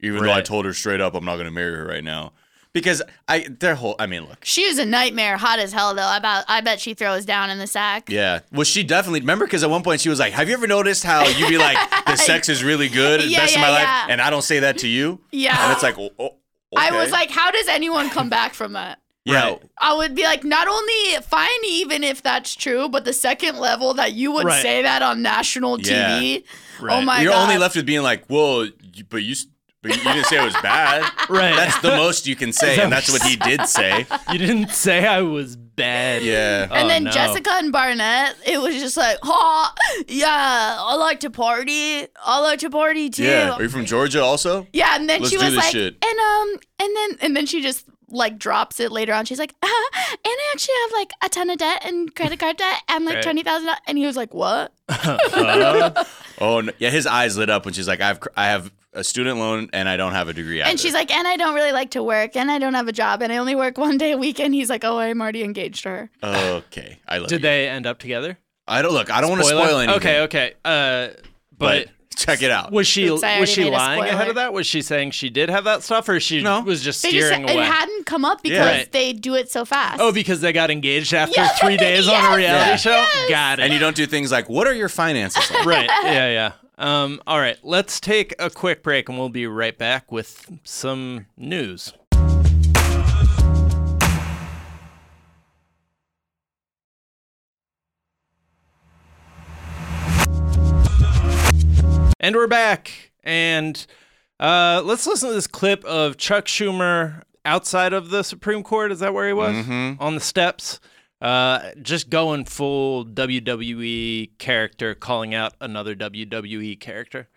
[SPEAKER 2] even though I
[SPEAKER 1] Right.
[SPEAKER 2] told her straight up I'm not going to marry her right now." Because I their whole, I mean, look,
[SPEAKER 3] She was a nightmare, hot as hell though. I bet I bet she throws down in the sack.
[SPEAKER 2] Yeah. Well, she definitely remember because at one point she was like, "Have you ever noticed how you be like the sex is really good,
[SPEAKER 3] Yeah,
[SPEAKER 2] best in
[SPEAKER 3] yeah,
[SPEAKER 2] my
[SPEAKER 3] yeah.
[SPEAKER 2] life," and I don't say that to you?
[SPEAKER 3] Yeah.
[SPEAKER 2] And it's like, oh, oh,
[SPEAKER 3] I was
[SPEAKER 2] okay.
[SPEAKER 3] like, how does anyone come back from that?
[SPEAKER 2] yeah,
[SPEAKER 1] Right.
[SPEAKER 3] I would be like, not only fine, even if that's true, but the second level that you would
[SPEAKER 1] Right.
[SPEAKER 3] say that on national TV.
[SPEAKER 1] Right.
[SPEAKER 3] Oh my
[SPEAKER 2] you're
[SPEAKER 3] god!
[SPEAKER 2] only left with being like, "Well, you, but you, s- but you didn't say it was bad."
[SPEAKER 1] right.
[SPEAKER 2] That's the most you can say, and that's what he did say.
[SPEAKER 1] you didn't say I was bad.
[SPEAKER 2] Yeah.
[SPEAKER 1] Oh,
[SPEAKER 3] and then
[SPEAKER 1] no.
[SPEAKER 3] Jessica and Barnett, it was just like, oh, yeah, I like to party. I like to party too.
[SPEAKER 2] Yeah.
[SPEAKER 3] Yeah,
[SPEAKER 2] Are you from Georgia also?
[SPEAKER 3] and then
[SPEAKER 2] Let's
[SPEAKER 3] she
[SPEAKER 2] do
[SPEAKER 3] was
[SPEAKER 2] this
[SPEAKER 3] like,
[SPEAKER 2] shit.
[SPEAKER 3] and um, and then and then she just like drops it later on. She's like, "Uh-huh, and I actually have like a ton of debt and credit card debt and like
[SPEAKER 1] Right.
[SPEAKER 3] twenty thousand. dollars And he was like, what?
[SPEAKER 1] Uh,
[SPEAKER 2] Oh, no. yeah. His eyes lit up when she's like, "I've cr- I have a student loan and I don't have a degree."
[SPEAKER 3] And
[SPEAKER 2] either."
[SPEAKER 3] she's like, and I don't really like to work, and I don't have a job, and I only work one day a week. And he's like, oh, I'm already engaged to her.
[SPEAKER 2] "Okay, I love
[SPEAKER 1] did
[SPEAKER 2] you.
[SPEAKER 1] they end up together?
[SPEAKER 2] I don't look. I don't want to
[SPEAKER 1] Spoiler?
[SPEAKER 2] spoil anything.
[SPEAKER 1] Okay, okay. Uh
[SPEAKER 2] but uh,
[SPEAKER 1] but,
[SPEAKER 2] check it out.
[SPEAKER 1] was she
[SPEAKER 3] Oops, I
[SPEAKER 1] was
[SPEAKER 3] already
[SPEAKER 1] she
[SPEAKER 3] made a
[SPEAKER 1] lying ahead
[SPEAKER 3] spoiler.
[SPEAKER 1] of that? Was she saying she did have that stuff or she
[SPEAKER 2] No.
[SPEAKER 1] was just
[SPEAKER 3] They just
[SPEAKER 1] steering
[SPEAKER 3] it
[SPEAKER 1] away?
[SPEAKER 3] hadn't come up because
[SPEAKER 1] Right.
[SPEAKER 3] they do it so fast.
[SPEAKER 1] Oh, because they got engaged after
[SPEAKER 3] Yeah,
[SPEAKER 1] three days on a
[SPEAKER 3] yes,
[SPEAKER 1] reality
[SPEAKER 2] Yeah.
[SPEAKER 1] show? Got it.
[SPEAKER 2] And you don't do things like, what are your finances like?
[SPEAKER 1] right. Yeah, yeah. Um, all right, let's take a quick break and we'll be right back with some news. And we're back. And uh, let's listen to this clip of Chuck Schumer outside of the Supreme Court. Is that where he was?
[SPEAKER 2] Mhm.
[SPEAKER 1] On the steps. Uh, just going full WWE character, calling out another WWE character.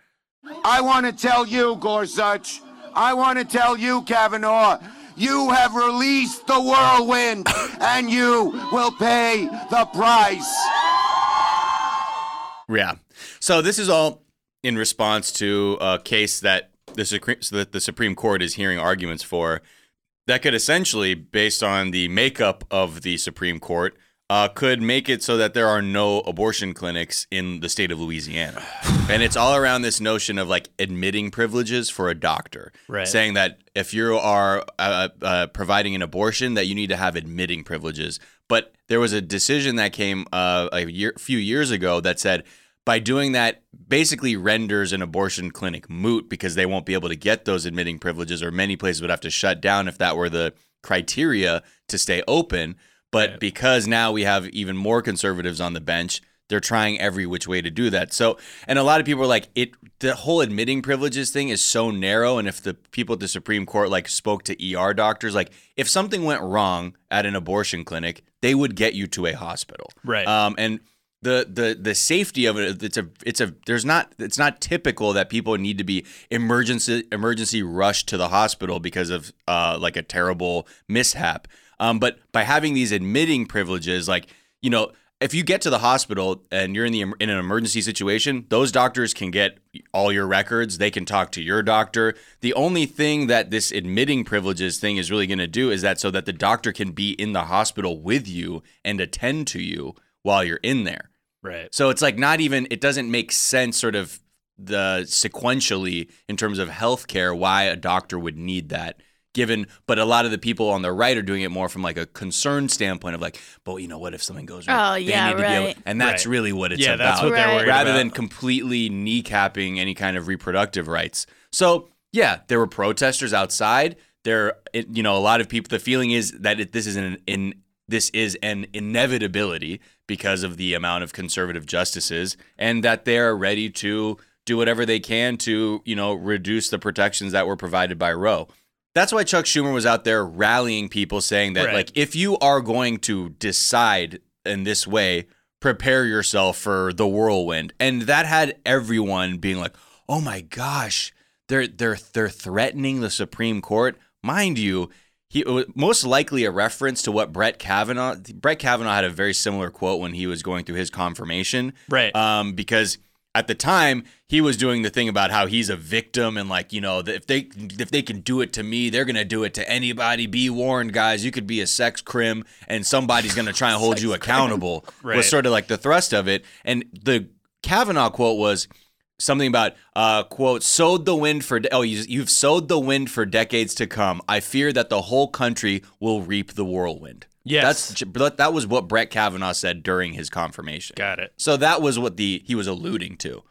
[SPEAKER 4] I want to tell you, Gorsuch, I want to tell you, Kavanaugh, you have released the whirlwind and you will pay the price.
[SPEAKER 2] Yeah. So this is all in response to a case that the Supreme, that the Supreme Court is hearing arguments for that could essentially, based on the makeup of the Supreme Court, uh, could make it so that there are no abortion clinics in the state of Louisiana. and it's all around this notion of like admitting privileges for a doctor,
[SPEAKER 1] Right.
[SPEAKER 2] saying that if you are uh, uh, providing an abortion, that you need to have admitting privileges. But there was a decision that came uh, a year, few years ago that said by doing that basically renders an abortion clinic moot because they won't be able to get those admitting privileges or many places would have to shut down if that were the criteria to stay open but because now we have even more conservatives on the bench they're trying every which way to do that so and a lot of people are like it the whole admitting privileges thing is so narrow and if the people at the supreme court like spoke to er doctors like if something went wrong at an abortion clinic they would get you to a hospital
[SPEAKER 1] Right.
[SPEAKER 2] um, and the the the safety of it it's a it's a there's not it's not typical that people need to be emergency emergency rushed to the hospital because of uh like a terrible mishap um but by having these admitting privileges like you know if you get to the hospital and you're in the in an emergency situation, those doctors can get all your records. They can talk to your doctor. The only thing that this admitting privileges thing is really going to do is that so that the doctor can be in the hospital with you and attend to you while you're in there.
[SPEAKER 1] Right.
[SPEAKER 2] So it's like not even it doesn't make sense sort of the sequentially in terms of healthcare why a doctor would need that given but a lot of the people on the right are doing it more from like a concern standpoint of like but you know what if something goes wrong
[SPEAKER 3] Oh, yeah, right.
[SPEAKER 2] and that's
[SPEAKER 1] Right.
[SPEAKER 2] really what it's
[SPEAKER 1] yeah,
[SPEAKER 2] about
[SPEAKER 1] that's what they're
[SPEAKER 3] Right.
[SPEAKER 1] worried
[SPEAKER 2] rather
[SPEAKER 1] about.
[SPEAKER 2] than completely kneecapping any kind of reproductive rights. So yeah, there were protesters outside. There, it, you know, a lot of people. The feeling is that it, this is an in this is an inevitability because of the amount of conservative justices, and that they are ready to do whatever they can to you know reduce the protections that were provided by Roe. That's why Chuck Schumer was out there rallying people, saying that
[SPEAKER 1] Right.
[SPEAKER 2] like if you are going to decide in this way, prepare yourself for the whirlwind. And that had everyone being like, "Oh my gosh, they're they're they're threatening the Supreme Court." Mind you, he it was most likely a reference to what Brett Kavanaugh Brett Kavanaugh had a very similar quote when he was going through his confirmation.
[SPEAKER 1] Right.
[SPEAKER 2] Um, because at the time he was doing the thing about how he's a victim and like you know that if they if they can do it to me they're gonna do it to anybody be warned guys you could be a sex crim and somebody's gonna try and hold you accountable
[SPEAKER 1] Right.
[SPEAKER 2] was sort of like the thrust of it and the kavanaugh quote was something about uh quote sowed the wind for de- oh you, you've sowed the wind for decades to come i fear that the whole country will reap the whirlwind
[SPEAKER 1] Yes.
[SPEAKER 2] that's but that was what brett kavanaugh said during his confirmation
[SPEAKER 1] Got it.
[SPEAKER 2] so that was what the he was alluding to.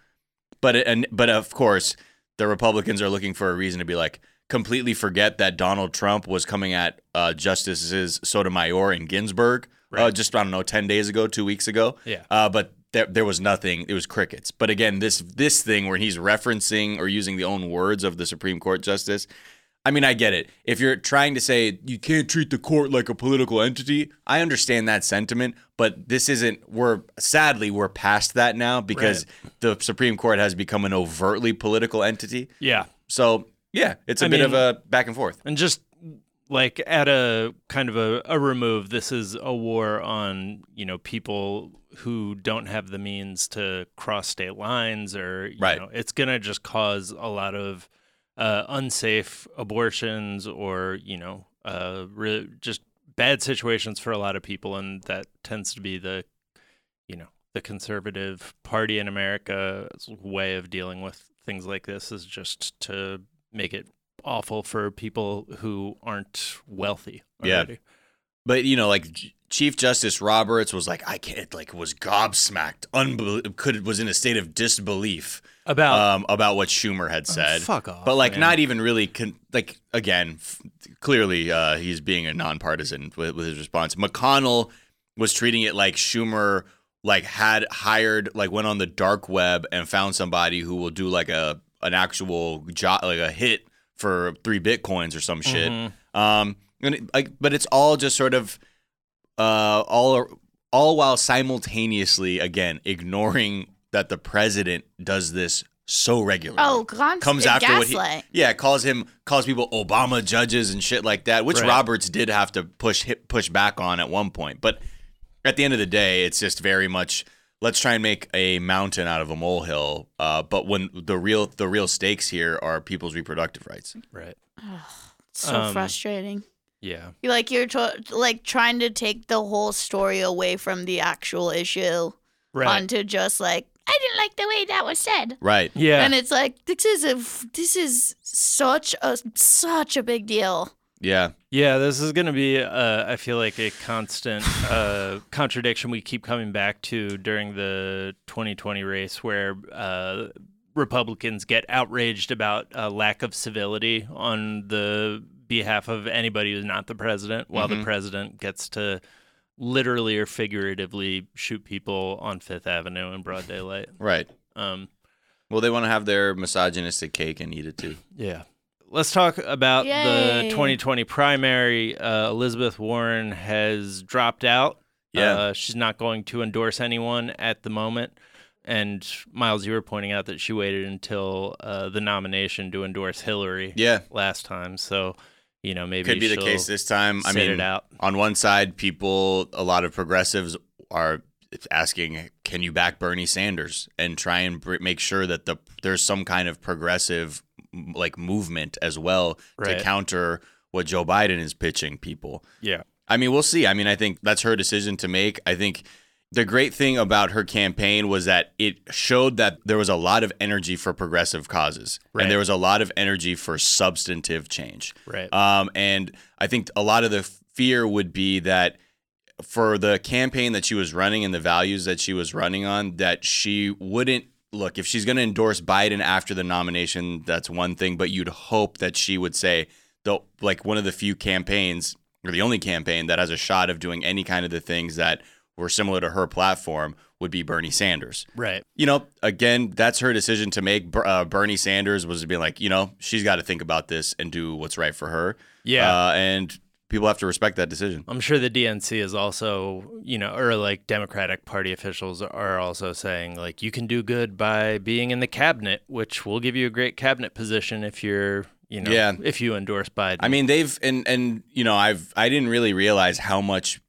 [SPEAKER 2] But it, and but of course, the Republicans are looking for a reason to be like completely forget that Donald Trump was coming at uh, justices Sotomayor and Ginsburg uh,
[SPEAKER 1] Right.
[SPEAKER 2] just I don't know ten days ago, two weeks ago.
[SPEAKER 1] Yeah.
[SPEAKER 2] Uh, but there, there was nothing. It was crickets. But again, this this thing where he's referencing or using the own words of the Supreme Court justice. I mean, I get it. If you're trying to say you can't treat the court like a political entity, I understand that sentiment, but this isn't we're sadly we're past that now because the Supreme Court has become an overtly political entity.
[SPEAKER 1] Yeah.
[SPEAKER 2] So, yeah, it's a
[SPEAKER 1] I
[SPEAKER 2] bit of
[SPEAKER 1] mean-
[SPEAKER 2] a back and forth.
[SPEAKER 1] And just like at a kind of a, a remove, this is a war on, you know, people who don't have the means to cross state lines or, you
[SPEAKER 2] Right.
[SPEAKER 1] know, it's going to just cause a lot of uh, unsafe abortions or, you know, uh, re- just bad situations for a lot of people. And that tends to be the, you know, the conservative party in America's way of dealing with things like this is just to make it awful for people who aren't wealthy.
[SPEAKER 2] Yeah.
[SPEAKER 1] Already.
[SPEAKER 2] But you know, like J- Chief Justice Roberts was like, I can't, like, was gobsmacked, unbel- could was in a state of disbelief
[SPEAKER 1] About
[SPEAKER 2] um, about what Schumer had said.
[SPEAKER 1] Oh. fuck off.
[SPEAKER 2] Uh, but like,
[SPEAKER 1] man.
[SPEAKER 2] not even really. Con- like again, f- clearly uh, he's being a nonpartisan with, with his response. McConnell was treating it like Schumer like had hired like went on the dark web and found somebody who will do like a an actual job like a hit for three bitcoins or some
[SPEAKER 1] Mm-hmm.
[SPEAKER 2] shit. Um, and it, like, but it's all just sort of uh, all all while simultaneously again ignoring that the president does this so regularly.
[SPEAKER 3] Oh, constant
[SPEAKER 2] comes after
[SPEAKER 3] gaslight.
[SPEAKER 2] what he yeah calls him calls people Obama judges and shit like that, which
[SPEAKER 1] Right.
[SPEAKER 2] Roberts did have to push hit, push back on at one point. But at the end of the day, it's just very much let's try and make a mountain out of a molehill. Uh, but when the real the real stakes here are people's reproductive rights.
[SPEAKER 1] right.
[SPEAKER 3] so
[SPEAKER 1] Um,
[SPEAKER 3] frustrating.
[SPEAKER 1] Yeah.
[SPEAKER 3] You're like you're to- like trying to take the whole story away from the actual issue
[SPEAKER 1] Right.
[SPEAKER 3] onto just like I didn't like the way that was said.
[SPEAKER 2] Right.
[SPEAKER 1] yeah.
[SPEAKER 3] And it's like this is a f- this is such a such a big deal.
[SPEAKER 2] Yeah.
[SPEAKER 1] Yeah, this is going to be, uh, I feel like, a constant uh, contradiction we keep coming back to during the 2020 race where uh, Republicans get outraged about uh, lack of civility on the behalf of anybody who's not the president, while the president gets to literally or figuratively shoot people on Fifth Avenue in broad daylight.
[SPEAKER 2] Right.
[SPEAKER 1] Um,
[SPEAKER 2] Well, they want to have their misogynistic cake and eat it too.
[SPEAKER 1] yeah. Let's talk about the
[SPEAKER 3] Yay.
[SPEAKER 1] 2020 primary. Uh, Elizabeth Warren has dropped out.
[SPEAKER 2] Yeah.
[SPEAKER 1] Uh, she's not going to endorse anyone at the moment. And Miles, you were pointing out that she waited until uh, the nomination to endorse Hillary
[SPEAKER 2] Yeah.
[SPEAKER 1] last time. So, you know, maybe
[SPEAKER 2] Could be the
[SPEAKER 1] she'll
[SPEAKER 2] case this time. I
[SPEAKER 1] sit
[SPEAKER 2] mean,
[SPEAKER 1] it out.
[SPEAKER 2] on one side, people, a lot of progressives are asking, can you back Bernie Sanders and try and br- make sure that the there's some kind of progressive m- like movement as well
[SPEAKER 1] Right.
[SPEAKER 2] to counter what Joe Biden is pitching people.
[SPEAKER 1] Yeah.
[SPEAKER 2] I mean, we'll see. I mean, I think that's her decision to make. I think the great thing about her campaign was that it showed that there was a lot of energy for progressive causes
[SPEAKER 1] Right.
[SPEAKER 2] and there was a lot of energy for substantive change.
[SPEAKER 1] Right.
[SPEAKER 2] Um, and I think a lot of the fear would be that for the campaign that she was running and the values that she was running on, that she wouldn't look if she's going to endorse Biden after the nomination. That's one thing, but you'd hope that she would say the like one of the few campaigns or the only campaign that has a shot of doing any kind of the things that were similar to her platform would be Bernie Sanders
[SPEAKER 1] right.
[SPEAKER 2] you know, again, that's her decision to make. Ber- Uh, Bernie Sanders was to be like, you know, she's got to think about this and do what's right for her.
[SPEAKER 1] Yeah.
[SPEAKER 2] Uh, and people have to respect that decision.
[SPEAKER 1] I'm sure the DNC is also, you know, or like Democratic Party officials are also saying, like, you can do good by being in the cabinet, which will give you a great cabinet position if you're, you know,
[SPEAKER 2] Yeah.
[SPEAKER 1] if you endorse Biden.
[SPEAKER 2] I mean, they've and and you know, I've I didn't really realize how much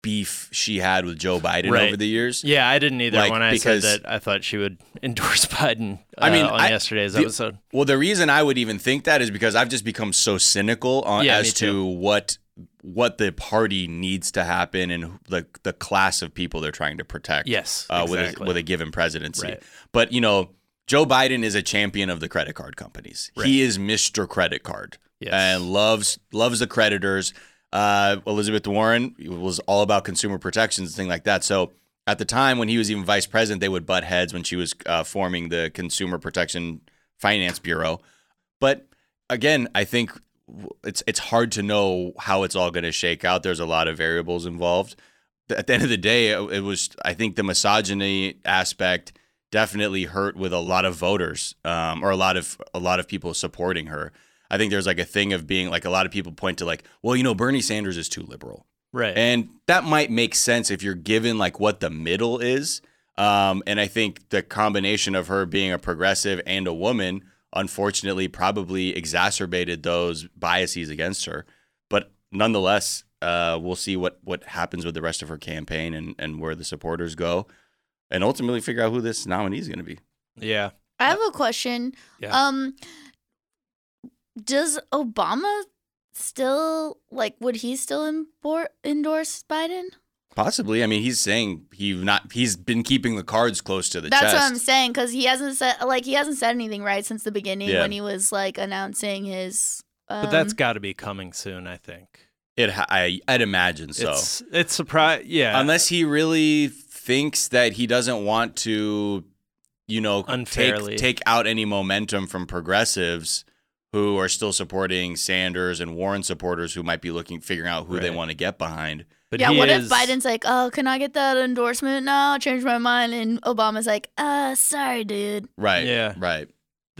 [SPEAKER 2] beef she had with Joe Biden
[SPEAKER 1] Right.
[SPEAKER 2] over the years.
[SPEAKER 1] yeah, I didn't either
[SPEAKER 2] like,
[SPEAKER 1] when I
[SPEAKER 2] because-
[SPEAKER 1] said that I thought she would endorse Biden uh,
[SPEAKER 2] I mean,
[SPEAKER 1] on
[SPEAKER 2] I-
[SPEAKER 1] yesterday's
[SPEAKER 2] the-
[SPEAKER 1] episode.
[SPEAKER 2] Well, the reason I would even think that is because I've just become so cynical on,
[SPEAKER 1] Yeah, me
[SPEAKER 2] as
[SPEAKER 1] too.
[SPEAKER 2] to what what the party needs to happen and who- the the class of people they're trying to protect.
[SPEAKER 1] Yes,
[SPEAKER 2] uh, with a,
[SPEAKER 1] exactly.
[SPEAKER 2] with a given presidency.
[SPEAKER 1] Right.
[SPEAKER 2] But you know, Joe Biden is a champion of the credit card companies.
[SPEAKER 1] Right.
[SPEAKER 2] He is Mister Credit Card
[SPEAKER 1] Yes.
[SPEAKER 2] and loves loves the creditors. Uh, Elizabeth Warren was all about consumer protections and things like that. So at the time when he was even vice president, they would butt heads when she was uh, forming the Consumer Protection Finance Bureau. But again, I think w- it's it's hard to know how it's all going to shake out. There's a lot of variables involved. At the end of the day, it it was I think the misogyny aspect definitely hurt with a lot of voters um, or a lot of a lot of people supporting her. I think there's like a thing of being like a lot of people point to like, well, you know, Bernie Sanders is too liberal.
[SPEAKER 1] Right.
[SPEAKER 2] And that might make sense if you're given like what the middle is. Um, and I think the combination of her being a progressive and a woman, unfortunately, probably exacerbated those biases against her. But nonetheless, uh, we'll see what what happens with the rest of her campaign and and where the supporters go, and ultimately figure out who this nominee is going to be.
[SPEAKER 1] yeah.
[SPEAKER 3] I have a question.
[SPEAKER 1] Yeah.
[SPEAKER 3] Um, does Obama still like? Would he still embor- endorse Biden?
[SPEAKER 2] Possibly, I mean, he's saying he not he's been keeping the cards close to the
[SPEAKER 3] That's
[SPEAKER 2] chest.
[SPEAKER 3] what I'm saying because he hasn't said like he hasn't said anything right since the beginning
[SPEAKER 2] Yeah.
[SPEAKER 3] when he was like announcing his. Um,
[SPEAKER 1] But that's got to be coming soon, I think.
[SPEAKER 2] it, ha- I, I'd imagine so.
[SPEAKER 1] It's it's surprise. Yeah.
[SPEAKER 2] unless he really thinks that he doesn't want to, you know,
[SPEAKER 1] Unfairly.
[SPEAKER 2] take take out any momentum from progressives who are still supporting Sanders and Warren supporters who might be looking figuring out who they
[SPEAKER 1] Right.
[SPEAKER 2] want to get behind.
[SPEAKER 1] but
[SPEAKER 3] yeah.
[SPEAKER 1] he
[SPEAKER 3] What if
[SPEAKER 1] is-
[SPEAKER 3] Biden's like, oh, can I get that endorsement now? I changed my mind, and Obama's like, uh, sorry, dude.
[SPEAKER 2] Right.
[SPEAKER 1] Yeah.
[SPEAKER 2] Right.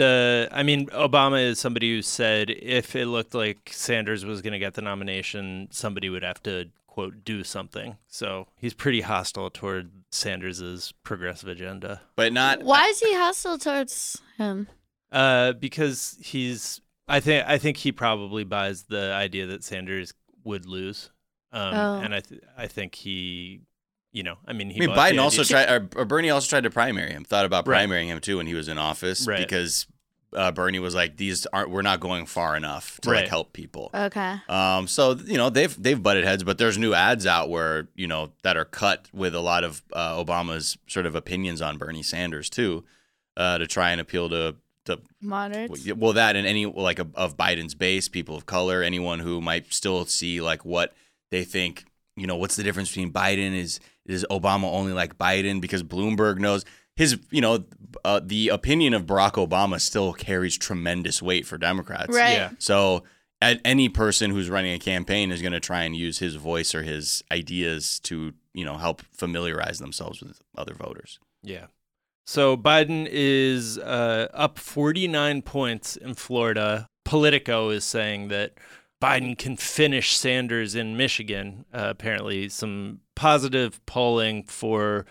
[SPEAKER 1] the i mean obama is somebody who said if it looked like sanders was going to get the nomination somebody would have to quote do something so he's pretty hostile toward sanders's progressive agenda
[SPEAKER 2] But not
[SPEAKER 3] Why is he hostile towards him?
[SPEAKER 1] uh, because he's i think i think he probably buys the idea that sanders would lose um,
[SPEAKER 3] Oh.
[SPEAKER 1] and i th- i think he you know i mean he
[SPEAKER 2] I mean,
[SPEAKER 1] bought the
[SPEAKER 2] Biden also
[SPEAKER 1] idea-
[SPEAKER 2] tried, or, or Bernie also tried to primary him. Thought about
[SPEAKER 1] Right.
[SPEAKER 2] primarying him too when he was in office
[SPEAKER 1] Right.
[SPEAKER 2] because uh, Bernie was like, "These aren't. We're not going far enough to
[SPEAKER 1] Right.
[SPEAKER 2] like help people."
[SPEAKER 3] Okay.
[SPEAKER 2] Um, so you know they've they've butted heads, but there's new ads out where you know that are cut with a lot of uh, Obama's sort of opinions on Bernie Sanders too, uh, to try and appeal to to
[SPEAKER 3] Moderates.
[SPEAKER 2] well that and any like of- of Biden's base, people of color, anyone who might still see like what they think. You know what's the difference between Biden is is Obama only like Biden because Bloomberg knows his you know uh, the opinion of Barack Obama still carries tremendous weight for Democrats.
[SPEAKER 3] right.
[SPEAKER 1] yeah.
[SPEAKER 2] So a- any person who's running a campaign is going to try and use his voice or his ideas to, you know, help familiarize themselves with other voters.
[SPEAKER 1] Yeah. So Biden is uh, up 49 points in Florida. Politico is saying that Biden can finish Sanders in Michigan. Uh, apparently, some positive polling for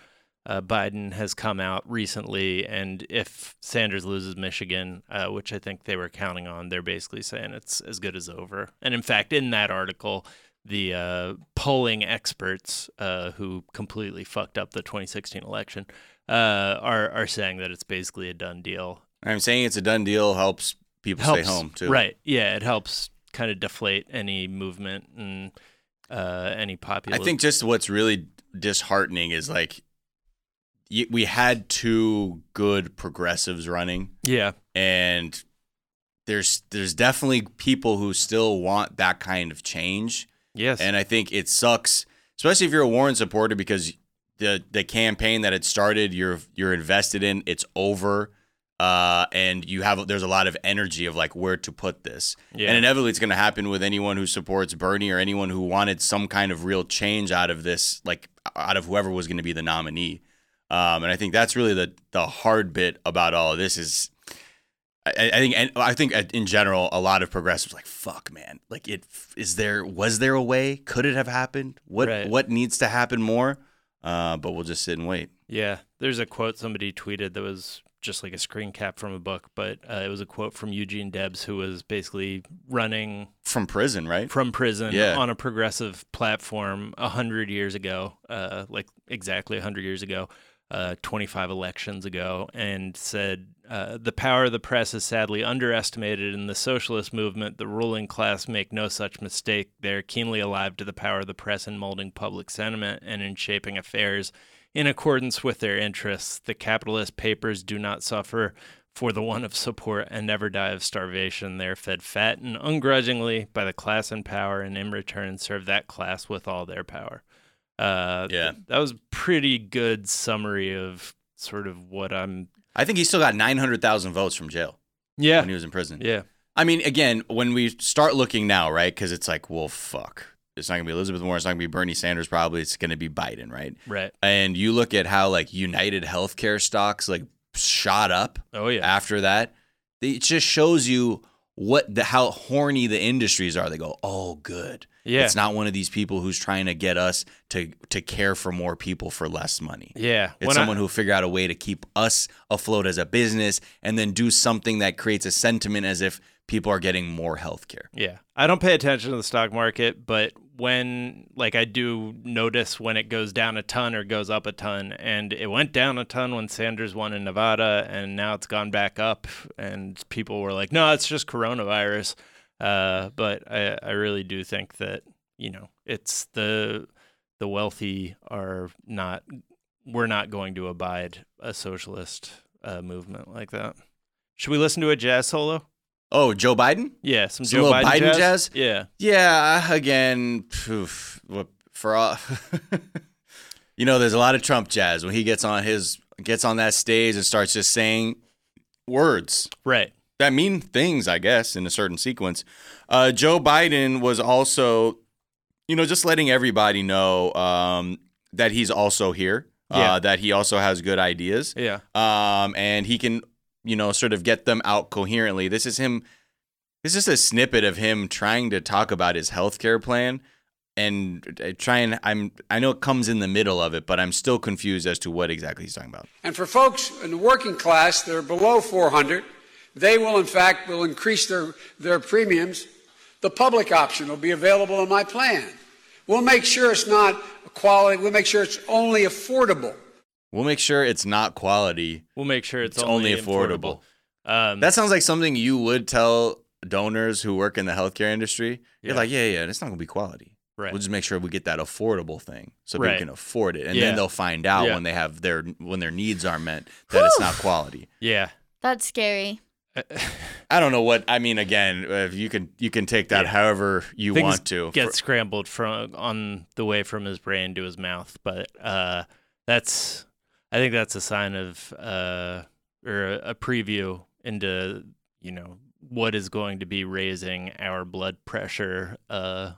[SPEAKER 1] uh, Biden has come out recently, and if Sanders loses Michigan, uh, which I think they were counting on, they're basically saying it's as good as over. And in fact, in that article, the uh, polling experts uh, who completely fucked up the 2016 election uh, are are saying that it's basically a done deal.
[SPEAKER 2] I'm saying it's a done deal. Helps people
[SPEAKER 1] Helps-
[SPEAKER 2] stay home too.
[SPEAKER 1] right? Yeah, it helps kind of deflate any movement and uh, any popular.
[SPEAKER 2] I think just what's really disheartening is like y- we had two good progressives running,
[SPEAKER 1] yeah,
[SPEAKER 2] and there's there's definitely people who still want that kind of change.
[SPEAKER 1] yes,
[SPEAKER 2] And I think it sucks, especially if you're a Warren supporter, because the the campaign that it started, you're you're invested in, it's over, uh, and you have there's a lot of energy of like where to put this,
[SPEAKER 1] Yeah.
[SPEAKER 2] and inevitably it's going to happen with anyone who supports Bernie or anyone who wanted some kind of real change out of this, like out of whoever was going to be the nominee. Um, and I think that's really the the hard bit about all of this is I, I think and I think uh, in general, a lot of progressives like fuck, man. Like it is there was there a way? Could it have happened? What
[SPEAKER 1] Right.
[SPEAKER 2] what needs to happen more? Uh, but we'll just sit and wait.
[SPEAKER 1] Yeah, there's a quote somebody tweeted that was just like a screen cap from a book, but uh, it was a quote from Eugene Debs, who was basically running
[SPEAKER 2] From prison, right?
[SPEAKER 1] from prison
[SPEAKER 2] Yeah.
[SPEAKER 1] on a progressive platform a hundred years ago, uh, like exactly a hundred years ago, uh, 25 elections ago, and said uh, the power of the press is sadly underestimated in the socialist movement. The ruling class make no such mistake. They're keenly alive to the power of the press in molding public sentiment and in shaping affairs in accordance with their interests. The capitalist papers do not suffer for the want of support and never die of starvation. They are fed fat and ungrudgingly by the class in power, and in return serve that class with all their power. Uh,
[SPEAKER 2] Yeah.
[SPEAKER 1] that was pretty good summary of sort of what I'm.
[SPEAKER 2] I think he still got nine hundred thousand votes from jail
[SPEAKER 1] Yeah,
[SPEAKER 2] when he was in prison.
[SPEAKER 1] yeah,
[SPEAKER 2] I mean, again, when we start looking now, right? Because it's like, well, fuck. It's not gonna be Elizabeth Warren. It's not gonna be Bernie Sanders. Probably it's gonna be Biden, right?
[SPEAKER 1] right.
[SPEAKER 2] And you look at how like United Healthcare stocks like shot up.
[SPEAKER 1] Oh yeah,
[SPEAKER 2] after that. It just shows you what the how horny the industries are. They go, oh, good.
[SPEAKER 1] yeah,
[SPEAKER 2] It's not one of these people who's trying to get us to to care for more people for less money.
[SPEAKER 1] yeah.
[SPEAKER 2] It's
[SPEAKER 1] When I-
[SPEAKER 2] someone who figure out a way to keep us afloat as a business and then do something that creates a sentiment as if people are getting more health care.
[SPEAKER 1] Yeah. I don't pay attention to the stock market, but when like I do notice when it goes down a ton or goes up a ton and it went down a ton when Sanders won in Nevada and now it's gone back up and people were like, "No, it's just coronavirus." Uh, but I I really do think that, you know, it's the the wealthy are not we're not going to abide a socialist uh, movement like that. Should we listen to a jazz solo?
[SPEAKER 2] Oh, Joe Biden?
[SPEAKER 1] Yeah, some,
[SPEAKER 2] Some
[SPEAKER 1] Joe
[SPEAKER 2] little
[SPEAKER 1] Biden,
[SPEAKER 2] Biden
[SPEAKER 1] jazz?
[SPEAKER 2] jazz?
[SPEAKER 1] Yeah,
[SPEAKER 2] Yeah, again, poof, what- for all, you know, there's a lot of Trump jazz when he gets on his gets on that stage and starts just saying words
[SPEAKER 1] right.
[SPEAKER 2] that mean things, I guess, in a certain sequence. Uh, Joe Biden was also, you know, just letting everybody know um, that he's also here,
[SPEAKER 1] Yeah.
[SPEAKER 2] uh, that he also has good ideas
[SPEAKER 1] Yeah,
[SPEAKER 2] um, and he can you know sort of get them out coherently. This is him. This is a snippet of him trying to talk about his healthcare plan and uh, trying. I'm I know it comes in the middle of it, but I'm still confused as to what exactly he's talking about.
[SPEAKER 5] And for folks in the working class that are below 400, they will in fact will increase their, their premiums. The public option will be available in my plan. We'll make sure it's not a quality, we'll make sure it's only affordable.
[SPEAKER 2] We'll make sure it's not quality.
[SPEAKER 1] we'll make sure it's,
[SPEAKER 2] It's
[SPEAKER 1] only,
[SPEAKER 2] only affordable.
[SPEAKER 1] affordable. Um,
[SPEAKER 2] That sounds like something you would tell donors who work in the healthcare industry. You're
[SPEAKER 1] Yeah.
[SPEAKER 2] like, yeah, yeah, it's not gonna be quality.
[SPEAKER 1] Right.
[SPEAKER 2] We'll just make sure we get that affordable thing so people
[SPEAKER 1] Right.
[SPEAKER 2] can afford it, and
[SPEAKER 1] Yeah.
[SPEAKER 2] then they'll find out
[SPEAKER 1] Yeah.
[SPEAKER 2] when they have their when their needs are met that it's not quality.
[SPEAKER 1] yeah,
[SPEAKER 3] That's scary.
[SPEAKER 2] I don't know what I mean. Again, if you can you can take that however you
[SPEAKER 1] things
[SPEAKER 2] want to.
[SPEAKER 1] get scrambled from on the way from his brain to his mouth. But uh, that's, I think that's a sign of uh, or a, a preview into you know what is going to be raising our blood pressure uh,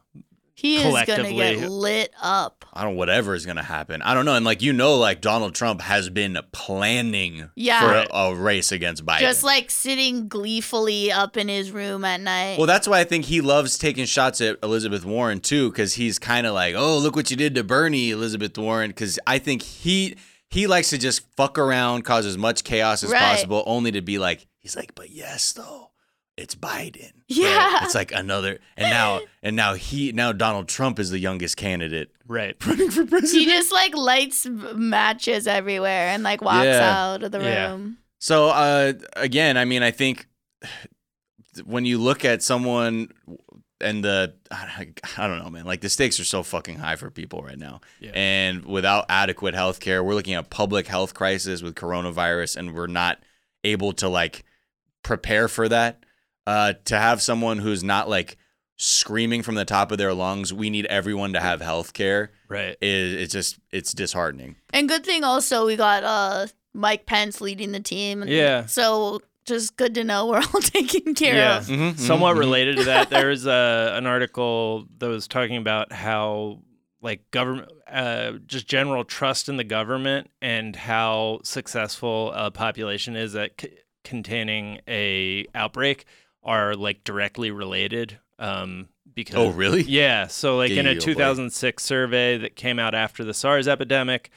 [SPEAKER 3] He is going to
[SPEAKER 1] Collectively.
[SPEAKER 3] get lit up.
[SPEAKER 2] I don't whatever is gonna happen. I don't know. And like you know, like Donald Trump has been planning
[SPEAKER 3] Yeah.
[SPEAKER 2] for a, a race against Biden.
[SPEAKER 3] Just like sitting gleefully up in his room at night.
[SPEAKER 2] well, that's why I think he loves taking shots at Elizabeth Warren too, because he's kind of like, oh, look what you did to Bernie, Elizabeth Warren. Because I think he he likes to just fuck around, cause as much chaos as
[SPEAKER 3] Right.
[SPEAKER 2] possible, only to be like, he's like, but yes though, it's Biden.
[SPEAKER 3] Yeah.
[SPEAKER 2] it's like another, and now and now he now Donald Trump is the youngest candidate
[SPEAKER 1] Right.
[SPEAKER 2] running for president.
[SPEAKER 3] he just like lights matches everywhere and like walks
[SPEAKER 2] Yeah.
[SPEAKER 3] out of the
[SPEAKER 1] Yeah.
[SPEAKER 3] room.
[SPEAKER 2] So uh, again, I mean, I think when you look at someone and the I don't know, man, like the stakes are so fucking high for people right now,
[SPEAKER 1] Yeah.
[SPEAKER 2] and without adequate health care, we're looking at public health crisis with coronavirus, and we're not able to like prepare for that. Uh, to have someone who's not like screaming from the top of their lungs, we need everyone to have health care.
[SPEAKER 1] Right.
[SPEAKER 2] Is it's just it's disheartening.
[SPEAKER 3] And good thing also we got uh Mike Pence leading the team.
[SPEAKER 1] Yeah.
[SPEAKER 3] So just good to know we're all taken care
[SPEAKER 1] Yeah.
[SPEAKER 3] of.
[SPEAKER 2] Mhm, mhm,
[SPEAKER 1] Somewhat
[SPEAKER 2] mhm.
[SPEAKER 1] related to that, there was uh, an article that was talking about how like government, uh, just general trust in the government and how successful a population is at c- containing a outbreak are like directly related. Um, because
[SPEAKER 2] Oh, really?
[SPEAKER 1] Yeah. So, like in
[SPEAKER 2] Gee, oh,
[SPEAKER 1] a
[SPEAKER 2] boy.
[SPEAKER 1] 2006 survey that came out after the SARS epidemic,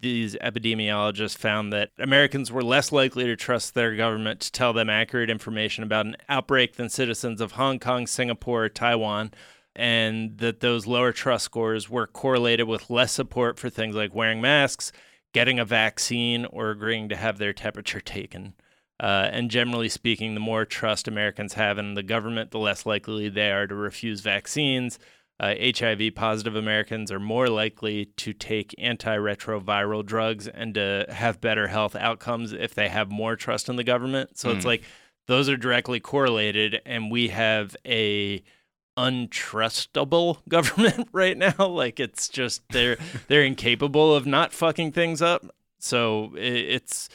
[SPEAKER 1] these epidemiologists found that Americans were less likely to trust their government to tell them accurate information about an outbreak than citizens of Hong Kong, Singapore, or Taiwan. And that those lower trust scores were correlated with less support for things like wearing masks, getting a vaccine, or agreeing to have their temperature taken. Uh, and generally speaking, the more trust Americans have in the government, the less likely they are to refuse vaccines. Uh, HIV positive Americans are more likely to take antiretroviral drugs and to have better health outcomes if they have more trust in the government. So it's like those are directly correlated, and we have a untrustable government right now. Like it's just they're they're incapable of not fucking things up. So i it's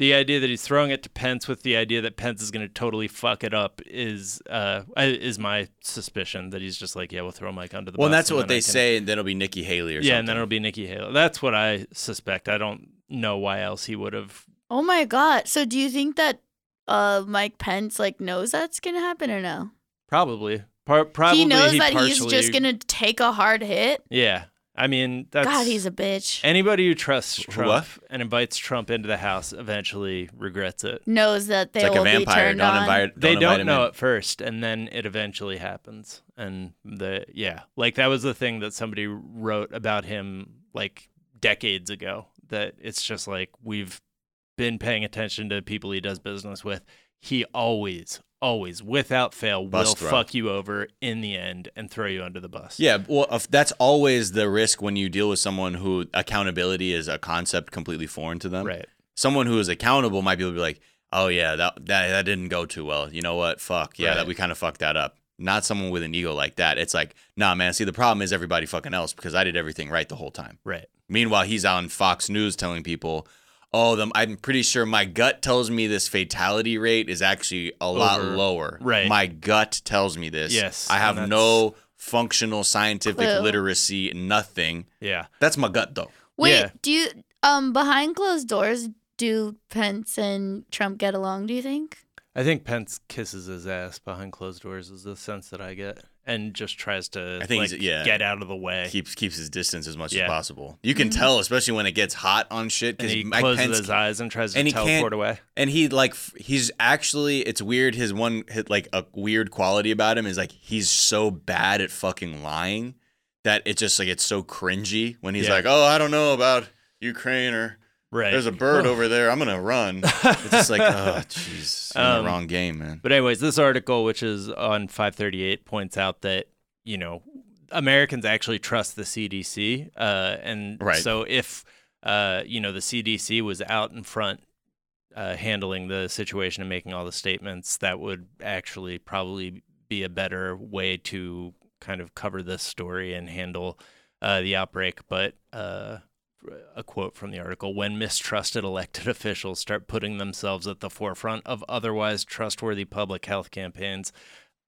[SPEAKER 1] the idea that he's throwing it to Pence with the idea that Pence is going to totally fuck it up is uh I- is my suspicion that he's just like yeah we'll throw Mike under the
[SPEAKER 2] Well,
[SPEAKER 1] bus.
[SPEAKER 2] and that's
[SPEAKER 1] and
[SPEAKER 2] what
[SPEAKER 1] then
[SPEAKER 2] they
[SPEAKER 1] I can-
[SPEAKER 2] say, and then it'll be Nikki Haley
[SPEAKER 1] Yeah,
[SPEAKER 2] or something.
[SPEAKER 1] and then it'll be Nikki Haley. That's what I suspect. I don't know why else he would have.
[SPEAKER 3] Oh my god. So do you think that uh Mike Pence like knows that's gonna happen or no?
[SPEAKER 1] Probably, Par- probably
[SPEAKER 3] he knows
[SPEAKER 1] he
[SPEAKER 3] that
[SPEAKER 1] partially,
[SPEAKER 3] he's just gonna take a hard hit.
[SPEAKER 1] Yeah, I mean, that's
[SPEAKER 3] god, he's a bitch.
[SPEAKER 1] Anybody who trusts
[SPEAKER 2] Wh-
[SPEAKER 1] Trump
[SPEAKER 2] what?
[SPEAKER 1] and invites Trump into the house eventually regrets it.
[SPEAKER 3] knows that they
[SPEAKER 2] It's like
[SPEAKER 3] will
[SPEAKER 2] a vampire.
[SPEAKER 3] be turned
[SPEAKER 2] Don't
[SPEAKER 3] on.
[SPEAKER 2] invite. Don't
[SPEAKER 1] They
[SPEAKER 2] invite
[SPEAKER 1] don't
[SPEAKER 2] him
[SPEAKER 1] know
[SPEAKER 2] in.
[SPEAKER 1] at first, and then it eventually happens. And the yeah, like that was the thing that somebody wrote about him like decades ago. That it's just like we've been paying attention to people he does business with. He always, always, without fail,
[SPEAKER 2] Bus
[SPEAKER 1] will
[SPEAKER 2] throw.
[SPEAKER 1] fuck you over in the end and throw you under the bus.
[SPEAKER 2] Yeah, well, if that's always the risk when you deal with someone who accountability is a concept completely foreign to them.
[SPEAKER 1] right.
[SPEAKER 2] Someone who is accountable might be able to be like, "Oh yeah, that that, that didn't go too well. You know what? Fuck yeah,
[SPEAKER 1] Right.
[SPEAKER 2] that we kind of fucked that up." Not someone with an ego like that. It's like, nah, man. See, the problem is everybody fucking else because I did everything right the whole time.
[SPEAKER 1] Right.
[SPEAKER 2] Meanwhile, he's on Fox News telling people, "Oh, them. I'm pretty sure my gut tells me this fatality rate is actually a lot
[SPEAKER 1] Over.
[SPEAKER 2] lower.
[SPEAKER 1] Right.
[SPEAKER 2] My gut tells me this.
[SPEAKER 1] Yes,
[SPEAKER 2] I
[SPEAKER 1] and
[SPEAKER 2] have
[SPEAKER 1] that's-
[SPEAKER 2] no functional scientific
[SPEAKER 3] Clue.
[SPEAKER 2] literacy. Nothing.
[SPEAKER 1] Yeah.
[SPEAKER 2] That's my gut, though.
[SPEAKER 3] Wait,
[SPEAKER 1] Yeah.
[SPEAKER 3] do you um behind closed doors do Pence and Trump get along, do you think?
[SPEAKER 1] I think Pence kisses his ass behind closed doors is the sense that I get, and just tries to
[SPEAKER 2] I think
[SPEAKER 1] like,
[SPEAKER 2] he's- yeah.
[SPEAKER 1] get out of the way.
[SPEAKER 2] Keeps keeps his distance as much
[SPEAKER 1] Yeah.
[SPEAKER 2] as possible. You can tell, especially when it gets hot on shit,
[SPEAKER 1] and
[SPEAKER 2] because
[SPEAKER 1] he
[SPEAKER 2] Mike
[SPEAKER 1] closes
[SPEAKER 2] Pence
[SPEAKER 1] his eyes and tries to
[SPEAKER 2] and he can't-
[SPEAKER 1] teleport away.
[SPEAKER 2] and he like f- he's actually it's weird his one his, like a weird quality about him is like he's so bad at fucking lying that it's just like it's so cringy when he's
[SPEAKER 1] Yeah.
[SPEAKER 2] like oh i don't know about ukraine or
[SPEAKER 1] Right.
[SPEAKER 2] there's a bird over there i'm gonna run it's just like oh jeez you're in
[SPEAKER 1] Um,
[SPEAKER 2] the wrong game man
[SPEAKER 1] But anyways, this article, which is on 538, points out that you know Americans actually trust the CDC, uh, and
[SPEAKER 2] Right.
[SPEAKER 1] so if uh, you know the CDC was out in front uh, handling the situation and making all the statements, that would actually probably be a better way to kind of cover this story and handle uh, the outbreak. But uh, a quote from the article when mistrusted elected officials start putting themselves at the forefront of otherwise trustworthy public health campaigns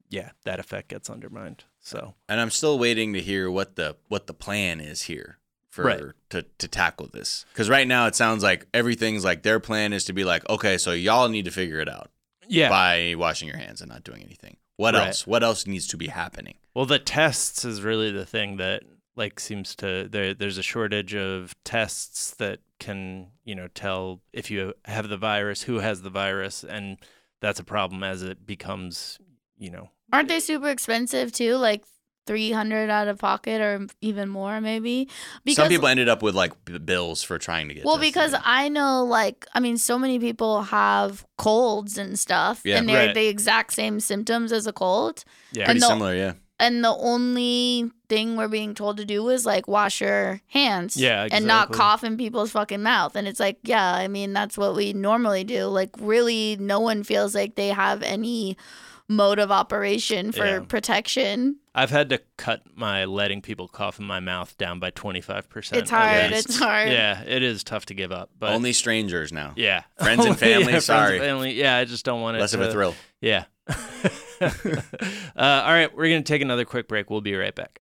[SPEAKER 1] yeah, that effect gets undermined. So
[SPEAKER 2] And I'm still waiting to hear what the what the plan is here for
[SPEAKER 1] Right.
[SPEAKER 2] to to tackle this. Because right now it sounds like everything's like their plan is to be like, okay, so y'all need to figure it out
[SPEAKER 1] yeah,
[SPEAKER 2] by washing your hands and not doing anything. What
[SPEAKER 1] Right.
[SPEAKER 2] else? What else needs to be happening?
[SPEAKER 1] Well, the tests is really the thing that like seems to there. There's a shortage of tests that can you know tell if you have the virus, who has the virus, and that's a problem as it becomes you know.
[SPEAKER 3] Aren't they super expensive too? Like 300 out of pocket or even more maybe.
[SPEAKER 2] Some people ended up with like b- bills for trying to get.
[SPEAKER 3] Well,
[SPEAKER 2] tested.
[SPEAKER 3] because I know, like, I mean, so many people have colds and stuff,
[SPEAKER 2] Yeah.
[SPEAKER 3] and they're
[SPEAKER 1] Right.
[SPEAKER 3] the exact same symptoms as a cold.
[SPEAKER 1] Yeah,
[SPEAKER 2] pretty
[SPEAKER 3] and the-
[SPEAKER 2] similar, yeah.
[SPEAKER 3] And the only thing we're being told to do is like wash your hands,
[SPEAKER 1] Yeah,
[SPEAKER 3] and not
[SPEAKER 1] exactly.
[SPEAKER 3] cough in people's fucking mouth. And it's like, yeah, I mean, that's what we normally do. Like, really, no one feels like they have any mode of operation for
[SPEAKER 1] Yeah.
[SPEAKER 3] protection.
[SPEAKER 1] I've had to cut my letting people cough in my mouth down by twenty five percent.
[SPEAKER 3] It's hard. It's hard.
[SPEAKER 1] Yeah, it is tough to give up, but
[SPEAKER 2] Only strangers now.
[SPEAKER 1] yeah,
[SPEAKER 2] Friends and
[SPEAKER 1] Only-
[SPEAKER 2] family,
[SPEAKER 1] yeah, friends and
[SPEAKER 2] sorry.
[SPEAKER 1] family. Yeah, I just don't want it.
[SPEAKER 2] Less of
[SPEAKER 1] to-
[SPEAKER 2] a thrill.
[SPEAKER 1] Yeah. uh, all right, we're going to take another quick break. We'll be right back.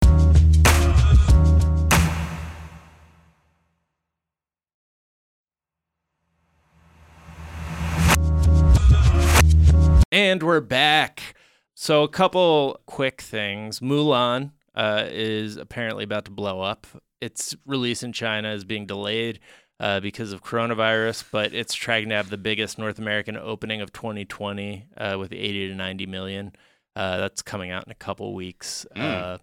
[SPEAKER 1] And we're back. So, a couple quick things. Mulan uh, is apparently about to blow up. Its release in China is being delayed uh, because of coronavirus, but it's tracking to have the biggest North American opening of 2020 uh, with 80 to 90 million. Uh, that's coming out in a couple weeks. Uh,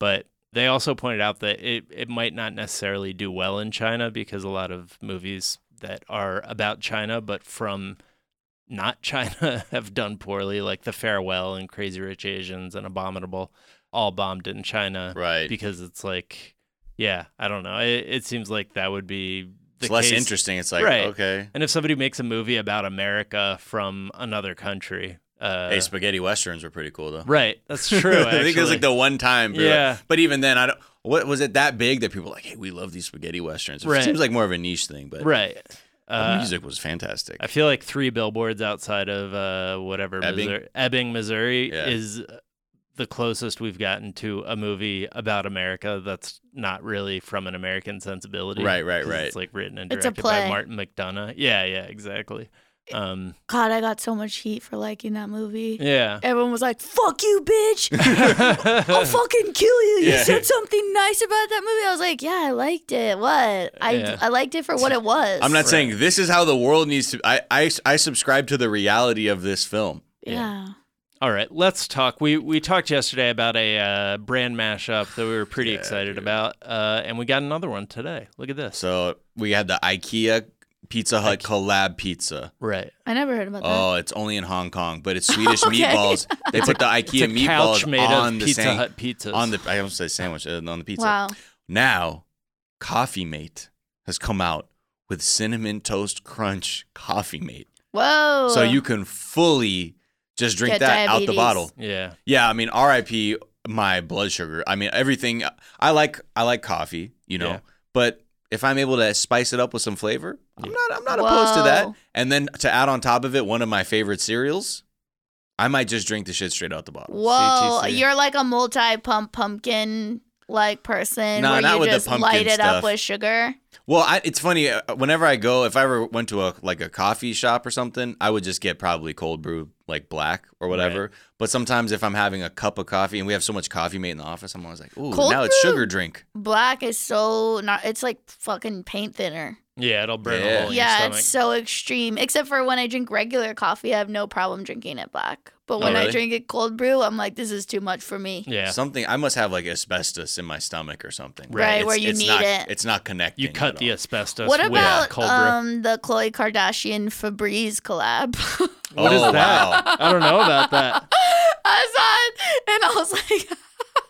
[SPEAKER 1] but they also pointed out that it, it might not necessarily do well in China because a lot of movies that are about China but from not China have done poorly, like The Farewell and Crazy Rich Asians and Abominable, all bombed in China.
[SPEAKER 2] Right.
[SPEAKER 1] Because it's like, yeah, I don't know. It, it seems like that would be the
[SPEAKER 2] It's less
[SPEAKER 1] case.
[SPEAKER 2] interesting. It's like
[SPEAKER 1] Right.
[SPEAKER 2] okay,
[SPEAKER 1] And if somebody makes a movie about America from another country, uh,
[SPEAKER 2] hey, spaghetti westerns were pretty cool though.
[SPEAKER 1] right? That's true.
[SPEAKER 2] I think it was
[SPEAKER 1] actually.
[SPEAKER 2] like the one time. people were
[SPEAKER 1] Yeah.
[SPEAKER 2] like- but even then, I don't. What was it that big that people were like? Hey, we love these spaghetti westerns. It
[SPEAKER 1] Right.
[SPEAKER 2] seems like more of a niche thing, but
[SPEAKER 1] right.
[SPEAKER 2] the
[SPEAKER 1] Uh,
[SPEAKER 2] music was fantastic.
[SPEAKER 1] I feel like three billboards outside of uh, whatever
[SPEAKER 2] Ebbing?
[SPEAKER 1] Missouri, Ebbing, Missouri,
[SPEAKER 2] Yeah.
[SPEAKER 1] is the closest we've gotten to a movie about America that's not really from an American sensibility.
[SPEAKER 2] Right, right,
[SPEAKER 1] 'cause It's
[SPEAKER 2] right.
[SPEAKER 1] like written and
[SPEAKER 3] It's a
[SPEAKER 1] directed by
[SPEAKER 3] play.
[SPEAKER 1] Martin McDonough. Yeah, yeah, exactly. Um,
[SPEAKER 3] God, I got so much heat for liking that movie.
[SPEAKER 1] yeah.
[SPEAKER 3] Everyone was like, "Fuck you, bitch! I'll fucking kill you." You
[SPEAKER 2] Yeah.
[SPEAKER 3] said something nice about that movie. I was like, "Yeah, I liked it. What? I
[SPEAKER 1] Yeah.
[SPEAKER 3] I liked it for what it was."
[SPEAKER 2] I'm not saying this is how the world needs to. I, I I subscribe to the reality of this film.
[SPEAKER 3] Yeah.
[SPEAKER 1] All right, let's talk. We we talked yesterday about a uh, brand mashup that we were pretty excited about, uh, and we got another one today. Look at this.
[SPEAKER 2] So we had the IKEA Pizza Hut collab pizza.
[SPEAKER 1] Right.
[SPEAKER 3] I never heard about that.
[SPEAKER 2] Oh, it's only in Hong Kong, but it's Swedish
[SPEAKER 3] Okay.
[SPEAKER 2] meatballs. They put the IKEA
[SPEAKER 1] It's a couch
[SPEAKER 2] meatballs
[SPEAKER 1] made
[SPEAKER 2] on
[SPEAKER 1] of
[SPEAKER 2] the
[SPEAKER 1] Pizza
[SPEAKER 2] san-
[SPEAKER 1] Hut pizzas.
[SPEAKER 2] on the. I almost say sandwich uh, on the pizza.
[SPEAKER 3] Wow.
[SPEAKER 2] Now, Coffee Mate has come out with cinnamon toast crunch Coffee Mate.
[SPEAKER 3] Whoa.
[SPEAKER 2] So you can fully just drink
[SPEAKER 3] Get
[SPEAKER 2] that out
[SPEAKER 3] diabetes.
[SPEAKER 2] the bottle.
[SPEAKER 1] yeah.
[SPEAKER 2] Yeah, I mean, RIP my blood sugar. I mean, everything I like I like coffee, you know.
[SPEAKER 1] Yeah.
[SPEAKER 2] But if I'm able to spice it up with some flavor, I'm not I'm not opposed to that.
[SPEAKER 3] Whoa.
[SPEAKER 2] And then to add on top of it one of my favorite cereals, I might just drink the shit straight out the bottle.
[SPEAKER 3] Whoa.
[SPEAKER 1] CTC.
[SPEAKER 3] You're like a multi-pump pumpkin like person
[SPEAKER 2] No,
[SPEAKER 3] where
[SPEAKER 2] not
[SPEAKER 3] you
[SPEAKER 2] with the
[SPEAKER 3] just
[SPEAKER 2] pumpkin
[SPEAKER 3] light it
[SPEAKER 2] stuff.
[SPEAKER 3] up with sugar.
[SPEAKER 2] Well, I, it's funny. uh, Whenever I go, if I ever went to a like a coffee shop or something, I would just get probably cold brew, like black or whatever. But sometimes if I'm having a cup of coffee and we have so much coffee made in the office, I'm always like, ooh,
[SPEAKER 3] Cold
[SPEAKER 2] now it's
[SPEAKER 3] brew?
[SPEAKER 2] sugar drink.
[SPEAKER 3] Black is so not. It's like fucking paint thinner.
[SPEAKER 1] Yeah, it'll burn
[SPEAKER 2] Yeah.
[SPEAKER 1] a hole in
[SPEAKER 3] yeah,
[SPEAKER 1] your
[SPEAKER 3] it's
[SPEAKER 1] stomach.
[SPEAKER 3] so extreme. Except for when I drink regular coffee, I have no problem drinking it black. But when
[SPEAKER 2] Oh, really?
[SPEAKER 3] I drink it cold brew, I'm like, this is too much for me.
[SPEAKER 1] yeah.
[SPEAKER 2] Something I must have like asbestos in my stomach or something.
[SPEAKER 1] Right,
[SPEAKER 2] It's-
[SPEAKER 3] where you
[SPEAKER 2] it's
[SPEAKER 3] need
[SPEAKER 2] not,
[SPEAKER 3] it.
[SPEAKER 2] It's not connecting.
[SPEAKER 1] You cut
[SPEAKER 2] at
[SPEAKER 1] the
[SPEAKER 2] all.
[SPEAKER 1] asbestos
[SPEAKER 3] What
[SPEAKER 1] with
[SPEAKER 3] about
[SPEAKER 1] cold brew.
[SPEAKER 3] um, the Khloe Kardashian Febreze collab?
[SPEAKER 1] What is
[SPEAKER 2] Oh,
[SPEAKER 1] that?
[SPEAKER 2] wow.
[SPEAKER 1] I don't know about that.
[SPEAKER 3] I saw it and I was like,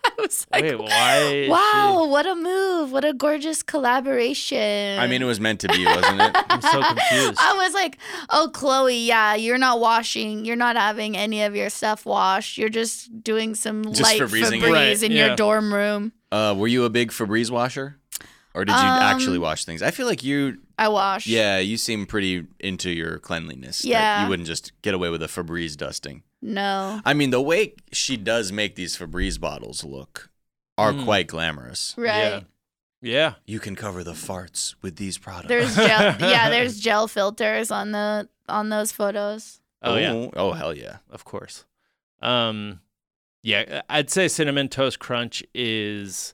[SPEAKER 3] I was like,
[SPEAKER 1] Wait, why? is she-
[SPEAKER 3] wow, what a move! What a gorgeous collaboration.
[SPEAKER 2] I mean, it was meant to be, wasn't it?
[SPEAKER 1] I'm so confused.
[SPEAKER 3] I was like, oh, Chloe, yeah, you're not washing. You're not having any of your stuff washed. You're just doing some
[SPEAKER 2] Just
[SPEAKER 3] light
[SPEAKER 2] Febrezing it.
[SPEAKER 3] Febreze
[SPEAKER 1] Right,
[SPEAKER 3] in
[SPEAKER 1] yeah.
[SPEAKER 3] your dorm room.
[SPEAKER 2] Uh, were you a big Febreze washer, or did you
[SPEAKER 3] Um,
[SPEAKER 2] actually wash things? I feel like you
[SPEAKER 3] I wash.
[SPEAKER 2] Yeah, you seem pretty into your cleanliness. that
[SPEAKER 3] Yeah.
[SPEAKER 2] you wouldn't just get away with a Febreze dusting.
[SPEAKER 3] No.
[SPEAKER 2] I mean, the way she does make these Febreze bottles look are
[SPEAKER 1] Hmm.
[SPEAKER 2] quite glamorous.
[SPEAKER 3] Right.
[SPEAKER 1] Yeah.
[SPEAKER 2] You can cover the farts with these products.
[SPEAKER 3] There's gel. yeah, there's gel filters on the on those photos.
[SPEAKER 1] Oh yeah.
[SPEAKER 2] Ooh, Oh hell yeah.
[SPEAKER 1] Of course. Um, yeah, I'd say cinnamon toast crunch is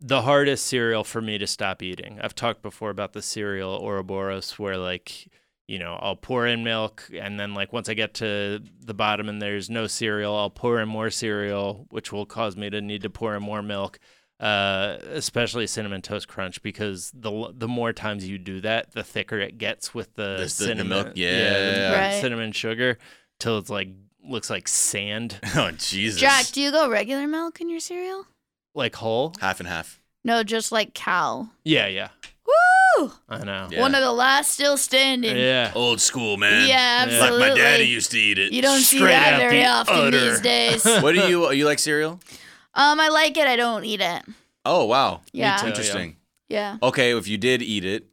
[SPEAKER 1] the hardest cereal for me to stop eating. I've talked before about the cereal Ouroboros, where like you know I'll pour in milk, and then like once I get to the bottom and there's no cereal, I'll pour in more cereal, which will cause me to need to pour in more milk. Uh, especially cinnamon toast crunch because the l- the more times you do that, the thicker it gets with the,
[SPEAKER 2] The- the
[SPEAKER 1] cinnamon,
[SPEAKER 2] milk,
[SPEAKER 1] the
[SPEAKER 2] yeah.
[SPEAKER 3] Right.
[SPEAKER 1] cinnamon sugar till it's like looks like sand,
[SPEAKER 2] Oh Jesus.
[SPEAKER 3] Jack, do you go regular milk in your cereal?
[SPEAKER 1] like whole.
[SPEAKER 2] half and half.
[SPEAKER 3] No, just like cow.
[SPEAKER 1] Yeah, yeah,
[SPEAKER 3] Woo!
[SPEAKER 1] I know.
[SPEAKER 2] Yeah.
[SPEAKER 3] One of the last still standing.
[SPEAKER 1] Yeah,
[SPEAKER 2] Old school man.
[SPEAKER 3] Yeah,
[SPEAKER 1] Yeah.
[SPEAKER 3] absolutely.
[SPEAKER 2] used to eat it.
[SPEAKER 3] You don't see
[SPEAKER 1] Straight
[SPEAKER 3] that
[SPEAKER 1] out
[SPEAKER 3] very
[SPEAKER 1] the
[SPEAKER 3] often
[SPEAKER 1] udder.
[SPEAKER 3] these days. um,
[SPEAKER 2] what do you you like cereal?
[SPEAKER 3] I like it. I don't eat it.
[SPEAKER 2] Oh wow.
[SPEAKER 3] Yeah. too, yeah.
[SPEAKER 2] Interesting.
[SPEAKER 3] Yeah,
[SPEAKER 2] Okay, if you did eat it,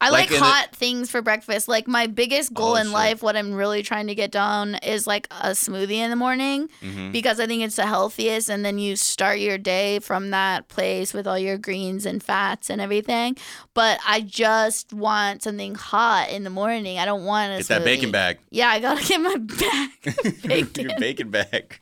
[SPEAKER 3] I
[SPEAKER 2] Like
[SPEAKER 3] like,
[SPEAKER 2] in the-
[SPEAKER 3] hot things for breakfast. Like my biggest goal
[SPEAKER 2] Oh,
[SPEAKER 3] in
[SPEAKER 2] sure.
[SPEAKER 3] life, what I'm really trying to get down is like a smoothie in the morning
[SPEAKER 2] mhm.
[SPEAKER 3] because I think it's the healthiest. And then you start your day from that place with all your greens and fats and everything. But I just want something hot in the morning. I don't want a
[SPEAKER 2] get that bacon
[SPEAKER 3] smoothie.
[SPEAKER 2] bag.
[SPEAKER 3] Yeah, I gotta get my back. Bacon.
[SPEAKER 2] Your bacon bag.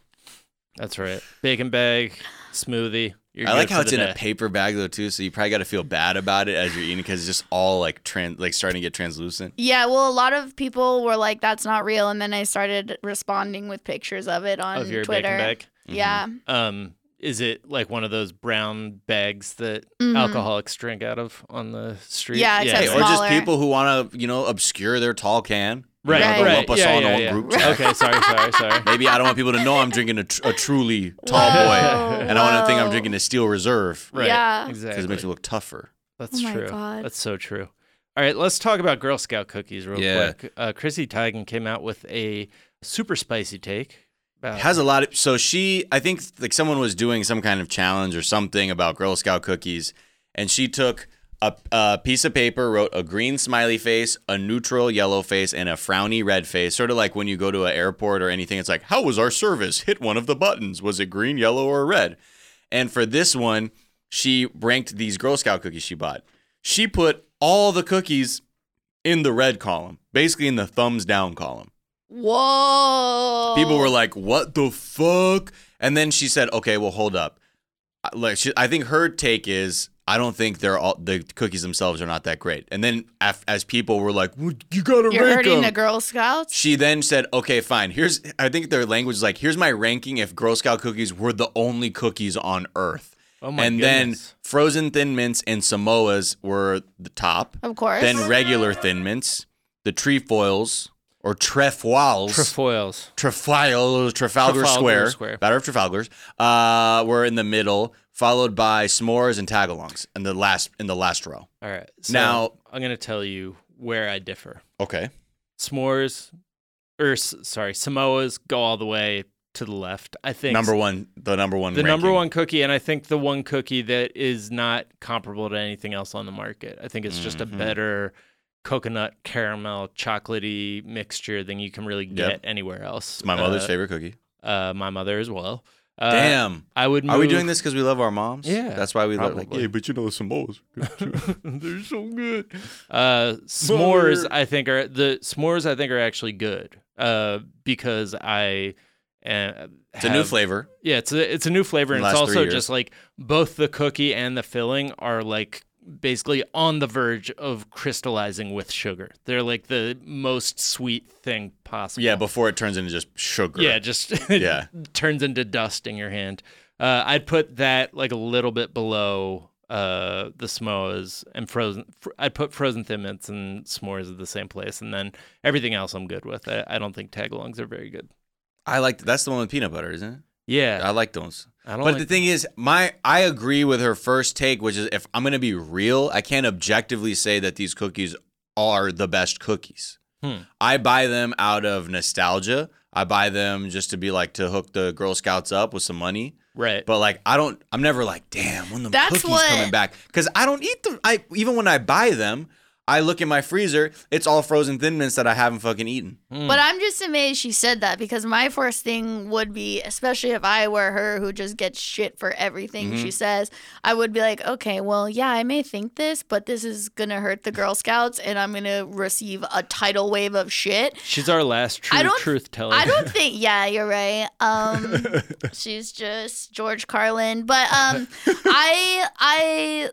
[SPEAKER 1] that's right. Bacon bag smoothie. You're
[SPEAKER 2] I like
[SPEAKER 1] good
[SPEAKER 2] how
[SPEAKER 1] for
[SPEAKER 2] it's
[SPEAKER 1] the
[SPEAKER 2] in a
[SPEAKER 1] day.
[SPEAKER 2] paper bag though too, so you probably got to feel bad about it as you're eating because it's just all like trans, like starting to get translucent.
[SPEAKER 3] Yeah, well, a lot of people were like, "That's not real," and then I started responding with pictures of it on
[SPEAKER 1] of your
[SPEAKER 3] Twitter.
[SPEAKER 1] bacon bag.
[SPEAKER 3] Yeah,
[SPEAKER 1] Um, is it like one of those brown bags that
[SPEAKER 3] Mhm.
[SPEAKER 1] alcoholics drink out of on the street?
[SPEAKER 3] Yeah, except
[SPEAKER 2] Hey,
[SPEAKER 3] That's
[SPEAKER 2] or just
[SPEAKER 3] smaller.
[SPEAKER 2] people who want to, you know, obscure their tall can. You
[SPEAKER 1] Right,
[SPEAKER 2] know, they'll
[SPEAKER 1] right.
[SPEAKER 2] lump us
[SPEAKER 1] yeah,
[SPEAKER 2] all into
[SPEAKER 1] yeah,
[SPEAKER 2] one
[SPEAKER 1] yeah.
[SPEAKER 2] group chat.
[SPEAKER 1] Okay, sorry, sorry, sorry.
[SPEAKER 2] Maybe I don't want people to know I'm drinking a, tr- a truly tall
[SPEAKER 3] Whoa,
[SPEAKER 2] boy, and I want to think I'm
[SPEAKER 3] whoa.
[SPEAKER 2] drinking a steel reserve
[SPEAKER 1] Right,
[SPEAKER 3] Yeah. 'Cause
[SPEAKER 1] exactly.
[SPEAKER 2] because it makes me look tougher.
[SPEAKER 1] That's
[SPEAKER 3] Oh my
[SPEAKER 1] true.
[SPEAKER 3] God.
[SPEAKER 1] That's so true. All right, let's talk about Girl Scout cookies real
[SPEAKER 2] Yeah.
[SPEAKER 1] quick. Uh, Chrissy Teigen came out with a super spicy take. About,
[SPEAKER 2] Has a lot of so she I think like someone was doing some kind of challenge or something about Girl Scout cookies, and she took a, a piece of paper, wrote a green smiley face, a neutral yellow face, and a frowny red face. Sort of like when you go to an airport or anything, it's like, how was our service? Hit one of the buttons. Was it green, yellow, or red? And for this one, she ranked these Girl Scout cookies she bought. She put all the cookies in the red column, basically in the thumbs down column.
[SPEAKER 3] whoa.
[SPEAKER 2] People were like, "What the fuck?" And then she said, "Okay, well, hold up." I- Like, she, I think her take is, "I don't think they're all the cookies themselves are not that great." And then af- as people were like, well, "You gotta
[SPEAKER 3] "You're
[SPEAKER 2] rank
[SPEAKER 3] hurting
[SPEAKER 2] them,"
[SPEAKER 3] the Girl Scouts."
[SPEAKER 2] she then said, "Okay, fine. Here's." I think their language is like, "Here's my ranking if Girl Scout cookies were the only cookies on Earth."
[SPEAKER 1] Oh my
[SPEAKER 2] and
[SPEAKER 1] goodness.
[SPEAKER 2] then frozen thin mints and Samoas were the top.
[SPEAKER 3] Of course.
[SPEAKER 2] Then regular thin mints, the trefoils or trefoils.
[SPEAKER 1] trefoils.
[SPEAKER 2] Trafal- Trafalgar,
[SPEAKER 1] Trafalgar
[SPEAKER 2] Square,
[SPEAKER 1] Square.
[SPEAKER 2] Battle of Trafalgar's, uh, were in the middle, followed by s'mores and tagalongs in the last in the last row.
[SPEAKER 1] All right. So
[SPEAKER 2] Now-
[SPEAKER 1] I'm going to tell you where I differ.
[SPEAKER 2] Okay.
[SPEAKER 1] S'mores, or s- sorry, Samoas go all the way to the left. I think
[SPEAKER 2] Number one, the number one.
[SPEAKER 1] the number
[SPEAKER 2] ranking.
[SPEAKER 1] one cookie, and I think the one cookie that is not comparable to anything else on the market. I think it's just a
[SPEAKER 2] Mhm.
[SPEAKER 1] better coconut caramel chocolatey mixture than you can really get
[SPEAKER 2] Yep.
[SPEAKER 1] anywhere else.
[SPEAKER 2] It's my mother's
[SPEAKER 1] Uh,
[SPEAKER 2] favorite cookie.
[SPEAKER 1] Uh, my mother as well. Uh,
[SPEAKER 2] Damn.
[SPEAKER 1] I would. Move,
[SPEAKER 2] Are we doing this because we love our moms?
[SPEAKER 1] Yeah,
[SPEAKER 2] That's why we love. Like,
[SPEAKER 1] probably.
[SPEAKER 2] yeah, but you know the s'mores.
[SPEAKER 1] They're so good. Uh, s'mores, I think are the s'mores. I think are actually good. Uh, because I. Uh,
[SPEAKER 2] It's a new
[SPEAKER 1] have-
[SPEAKER 2] flavor.
[SPEAKER 1] Yeah, it's a it's a new flavor, and
[SPEAKER 2] Last
[SPEAKER 1] it's
[SPEAKER 2] three
[SPEAKER 1] also
[SPEAKER 2] years.
[SPEAKER 1] just like both the cookie and the filling are like basically on the verge of crystallizing with sugar. They're like the most sweet thing possible.
[SPEAKER 2] Yeah, before it turns into just sugar.
[SPEAKER 1] yeah, just it
[SPEAKER 2] Yeah.
[SPEAKER 1] turns into dust in your hand. Uh, I'd put that like a little bit below uh, the s'mores and frozen. Fr- I'd put frozen thin mints and s'mores at the same place, and then everything else I'm good with. I, I don't think tagalongs are very good.
[SPEAKER 2] I like that's the one with peanut butter, isn't it? I
[SPEAKER 1] Yeah,
[SPEAKER 2] like those.
[SPEAKER 1] I, don't.
[SPEAKER 2] but
[SPEAKER 1] like
[SPEAKER 2] the thing is, my I agree with her first take, which is if I'm gonna be real, I can't objectively say that these cookies are the best cookies.
[SPEAKER 1] Hmm.
[SPEAKER 2] I buy them out of nostalgia. I buy them just to be like to hook the Girl Scouts up with some money.
[SPEAKER 1] right.
[SPEAKER 2] But like I don't, I'm never like, damn, when the
[SPEAKER 3] That's
[SPEAKER 2] cookies
[SPEAKER 3] what-
[SPEAKER 2] coming back? Because I don't eat them. I even when I buy them, I look in my freezer, it's all frozen Thin Mints that I haven't fucking eaten.
[SPEAKER 3] But I'm just amazed she said that because my first thing would be, especially if I were her who just gets shit for everything she says, I would be like, okay, well, yeah, I may think this, but this is gonna hurt the Girl Scouts and I'm gonna receive a tidal wave of shit.
[SPEAKER 1] She's our last true
[SPEAKER 3] I don't
[SPEAKER 1] truth teller.
[SPEAKER 3] I don't think. Yeah, you're right. Um, she's just George Carlin. But um, I, I,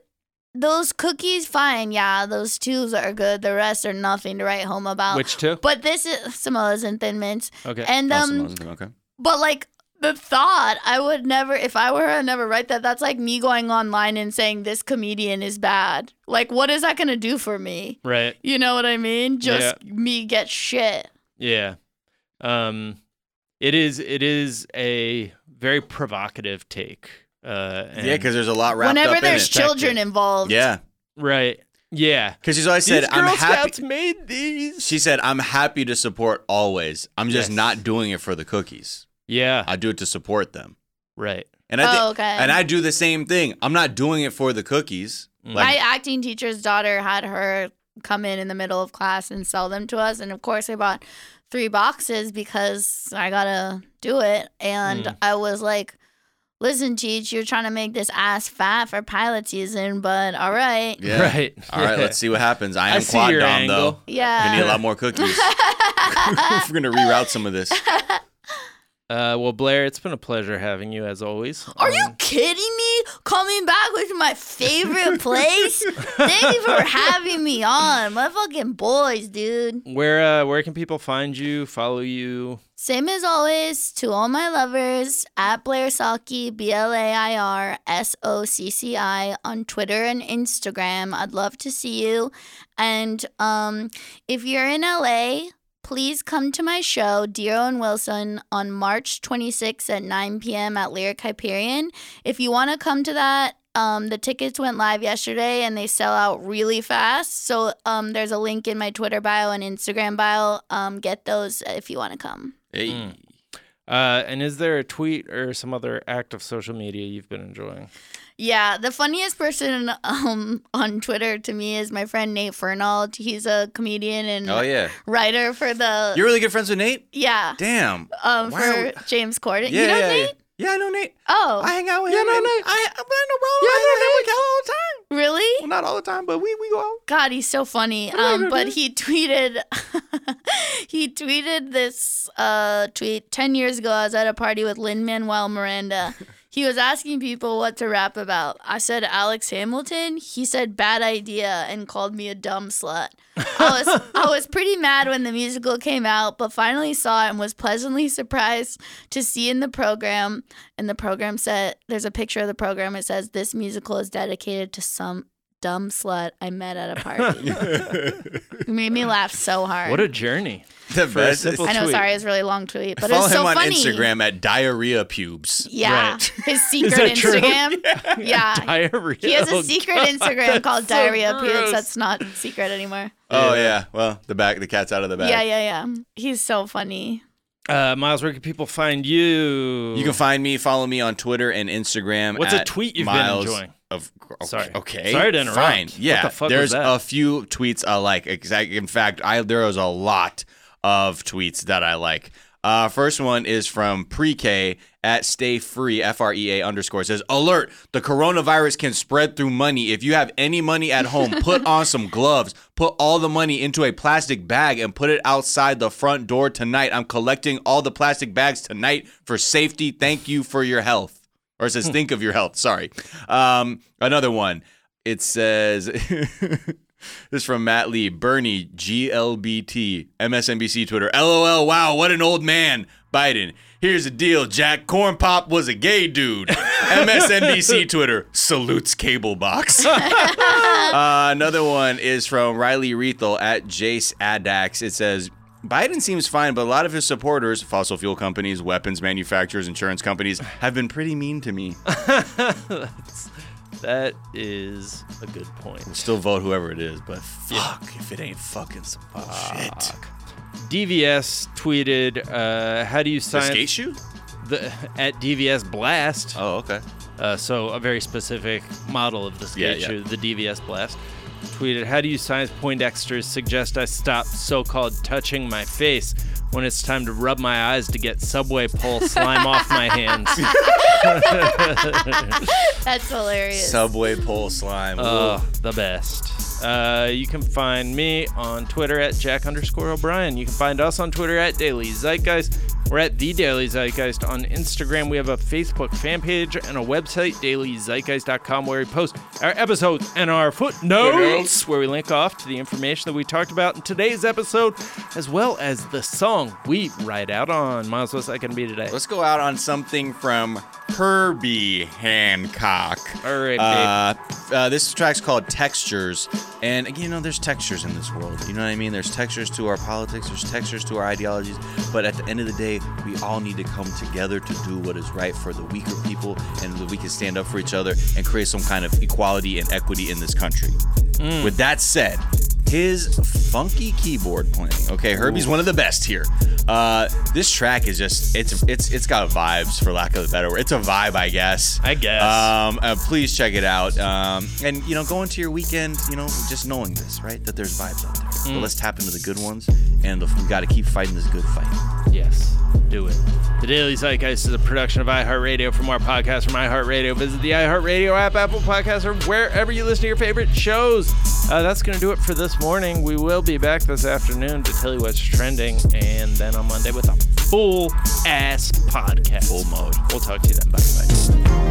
[SPEAKER 3] those cookies, fine. Yeah, those twos are good. The rest are nothing to write home about.
[SPEAKER 1] Which two?
[SPEAKER 3] But this is Samoas and Thin Mints.
[SPEAKER 1] Okay.
[SPEAKER 3] And um,
[SPEAKER 2] Awesome, awesome, okay.
[SPEAKER 3] but like the thought, I would never, if I were, I'd never write that. That's like me going online and saying this comedian is bad. Like, what is that gonna do for me?
[SPEAKER 1] right.
[SPEAKER 3] You know what I mean? Just me get shit.
[SPEAKER 1] Yeah. Um it is it is a very provocative take. Uh and,
[SPEAKER 2] Yeah, because there's a lot wrapped
[SPEAKER 3] Whenever
[SPEAKER 2] up in
[SPEAKER 3] there's
[SPEAKER 2] it.
[SPEAKER 3] children involved.
[SPEAKER 2] Yeah,
[SPEAKER 1] right. Yeah.
[SPEAKER 2] because she's always said,
[SPEAKER 1] These
[SPEAKER 2] "I'm
[SPEAKER 1] Girl
[SPEAKER 2] happy."
[SPEAKER 1] Scouts made these.
[SPEAKER 2] She said, "I'm happy to support always. I'm just
[SPEAKER 1] Yes.
[SPEAKER 2] not doing it for the cookies.
[SPEAKER 1] Yeah.
[SPEAKER 2] I do it to support them."
[SPEAKER 1] Right.
[SPEAKER 2] And I
[SPEAKER 3] Oh,
[SPEAKER 2] think,
[SPEAKER 3] okay.
[SPEAKER 2] and I do the same thing. I'm not doing it for the cookies.
[SPEAKER 3] My
[SPEAKER 2] Like,
[SPEAKER 3] acting teacher's daughter had her come in in the middle of class and sell them to us. And of course, I bought three boxes because I got to do it. And
[SPEAKER 2] Mm.
[SPEAKER 3] I was like, listen, Teach, you're trying to make this ass fat for pilot season, but all right.
[SPEAKER 2] yeah.
[SPEAKER 1] Right.
[SPEAKER 2] All right,
[SPEAKER 1] Yeah.
[SPEAKER 2] let's see what happens. I am
[SPEAKER 1] I see
[SPEAKER 2] quad
[SPEAKER 1] your
[SPEAKER 2] dom
[SPEAKER 1] angle.
[SPEAKER 2] though. We need a
[SPEAKER 3] Yeah.
[SPEAKER 2] lot more cookies. We're gonna reroute some of this.
[SPEAKER 1] Uh well Blair, it's been a pleasure having you as always.
[SPEAKER 3] Are you kidding me? Coming back with my favorite place? Thank you for having me on. My fucking boys, dude.
[SPEAKER 1] Where uh where can people find you, follow you?
[SPEAKER 3] Same as always to all my lovers at Blair Socki, B L A I R S O C C I on Twitter and Instagram. I'd love to see you. And um, if you're in LA, please come to my show, Dear Owen Wilson, on March 26th at 9 p.m. at Lyric Hyperion. If you want to come to that, um, the tickets went live yesterday and they sell out really fast. So um, there's a link in my Twitter bio and Instagram bio. Um, get those if you want to come.
[SPEAKER 2] Hey.
[SPEAKER 1] Uh and is there a tweet or some other act of social media you've been enjoying?
[SPEAKER 3] Yeah, the funniest person um, on Twitter to me is my friend Nate Fernald. He's a comedian and
[SPEAKER 2] Oh yeah.
[SPEAKER 3] writer for the
[SPEAKER 2] You're really good friends with Nate.
[SPEAKER 3] yeah
[SPEAKER 2] Damn.
[SPEAKER 3] um,
[SPEAKER 2] Why are
[SPEAKER 3] for
[SPEAKER 2] we-
[SPEAKER 3] James Corden.
[SPEAKER 2] Yeah,
[SPEAKER 3] you know
[SPEAKER 2] yeah,
[SPEAKER 3] Nate?
[SPEAKER 2] yeah. Yeah, I know Nate.
[SPEAKER 3] Oh,
[SPEAKER 2] I hang out with him.
[SPEAKER 1] no,
[SPEAKER 2] and
[SPEAKER 1] Nate.
[SPEAKER 2] I, I, I know Rob. Yeah, I hang out with Cal all the time.
[SPEAKER 3] really?
[SPEAKER 2] Well, not all the time, but we we go out.
[SPEAKER 3] God, he's so funny. Um, but he tweeted, he tweeted this uh, tweet ten years ago. I was at a party with Lin Manuel Miranda. He was asking people what to rap about. I said Alex Hamilton. He said bad idea and called me a dumb slut. I was I was pretty mad when the musical came out, but finally saw it and was pleasantly surprised to see in the program. And the program said, "There's a picture of the program. It says this musical is dedicated to some." Dumb slut I met at a party. It made me laugh so hard.
[SPEAKER 1] What a journey.
[SPEAKER 2] The
[SPEAKER 1] For a
[SPEAKER 2] best.
[SPEAKER 1] simple-
[SPEAKER 3] I know,
[SPEAKER 1] tweet.
[SPEAKER 3] sorry, it's a really long tweet, but
[SPEAKER 2] Follow
[SPEAKER 3] it's so
[SPEAKER 2] him on
[SPEAKER 3] funny.
[SPEAKER 2] Instagram at diarrhea pubes.
[SPEAKER 3] Yeah,
[SPEAKER 1] Right.
[SPEAKER 3] his secret
[SPEAKER 1] that true?
[SPEAKER 3] Instagram. Yeah,
[SPEAKER 1] Diarrhea.
[SPEAKER 3] he has
[SPEAKER 1] Oh,
[SPEAKER 3] a secret
[SPEAKER 1] God,
[SPEAKER 3] Instagram
[SPEAKER 1] that's
[SPEAKER 3] called
[SPEAKER 1] so
[SPEAKER 3] Diarrhea
[SPEAKER 1] gross.
[SPEAKER 3] Pubes. That's not secret anymore.
[SPEAKER 2] Oh
[SPEAKER 1] Yeah.
[SPEAKER 2] yeah. Well, the back, the cat's out of the bag.
[SPEAKER 3] Yeah, yeah, yeah. He's so funny.
[SPEAKER 1] Uh, Miles, where can people find you?
[SPEAKER 2] You can find me, follow me on Twitter and Instagram.
[SPEAKER 1] What's a
[SPEAKER 2] at
[SPEAKER 1] tweet you've been
[SPEAKER 2] Miles
[SPEAKER 1] enjoying?
[SPEAKER 2] Of okay,
[SPEAKER 1] Sorry.
[SPEAKER 2] okay.
[SPEAKER 1] Sorry to interrupt.
[SPEAKER 2] Fine.
[SPEAKER 1] What the
[SPEAKER 2] Yeah,
[SPEAKER 1] fuck was
[SPEAKER 2] there's
[SPEAKER 1] that?
[SPEAKER 2] a few tweets I like. Exact. In fact, I there was a lot of tweets that I like. Uh, first one is from Pre-K at Stay Free F R E A underscore says alert the coronavirus can spread through money. If you have any money at home, put on some gloves. Put all the money into a plastic bag and put it outside the front door tonight. I'm collecting all the plastic bags tonight for safety. Thank you for your health or it says think of your health. Sorry. Um, another one. It says this is from Matt Lee, Bernie GLBT, MSNBC Twitter. LOL. Wow, what an old man, Biden. Here's the deal, Jack. Corn Pop was a gay dude. MSNBC Twitter salutes cable box. Uh, another one is from Riley Rethel at Jace Adax. It says Biden seems fine, but a lot of his supporters, fossil fuel companies, weapons manufacturers, insurance companies, have been pretty mean to me.
[SPEAKER 1] That is a good point.
[SPEAKER 2] Still vote whoever it is, but fuck if it ain't fucking some bullshit.
[SPEAKER 1] DVS tweeted, uh, "How do you
[SPEAKER 2] The
[SPEAKER 1] sign
[SPEAKER 2] skate shoe?
[SPEAKER 1] the- at DVS Blast?"
[SPEAKER 2] Oh, okay.
[SPEAKER 1] Uh, so a very specific model of the skate
[SPEAKER 2] Yeah, yeah.
[SPEAKER 1] shoe, the DVS Blast. tweeted, How do you science Poindexters suggest I stop so called touching my face when it's time to rub my eyes to get subway pole slime off my hands?
[SPEAKER 3] That's hilarious.
[SPEAKER 2] Subway pole slime.
[SPEAKER 1] Oh, the best. Uh, you can find me on Twitter at Jack underscore O'Brien. You can find us on Twitter at Daily Zeitgeist. We're at The Daily Zeitgeist on Instagram. We have a Facebook fan page and a website, dailyzeitgeist.com, where we post our episodes and our footnotes, where we link off to the information that we talked about in today's episode, as well as the song we write out on. Miles, what's that going to be today?
[SPEAKER 2] Let's go out on something from Herbie Hancock.
[SPEAKER 1] All right,
[SPEAKER 2] Uh, uh, this track's called Textures. And again, you know, there's textures in this world. You know what I mean? There's textures to our politics, there's textures to our ideologies. But at the end of the day, we all need to come together to do what is right for the weaker people and that we can stand up for each other and create some kind of equality and equity in this country.
[SPEAKER 1] Mm.
[SPEAKER 2] With that said, his funky keyboard playing. Okay, Herbie's one of the best here. Uh, this track is just it's it's it's got vibes for lack of a better word. It's a vibe, I guess.
[SPEAKER 1] I guess.
[SPEAKER 2] Um, uh, please check it out. Um, and you know, go into your weekend, you know, just knowing this, right? That there's vibes out there.
[SPEAKER 1] Mm.
[SPEAKER 2] But let's tap into the good ones, and the, we got to keep fighting this good fight.
[SPEAKER 1] Yes, do it. The Daily Zeitgeist is a production of iHeartRadio. For more podcasts from iHeartRadio, visit the iHeartRadio app, Apple Podcasts, or wherever you listen to your favorite shows. Uh, that's going to do it for this morning. We will be back this afternoon to tell you what's trending, and then on Monday with a full ass podcast. Full mode. We'll talk to you then. Bye bye.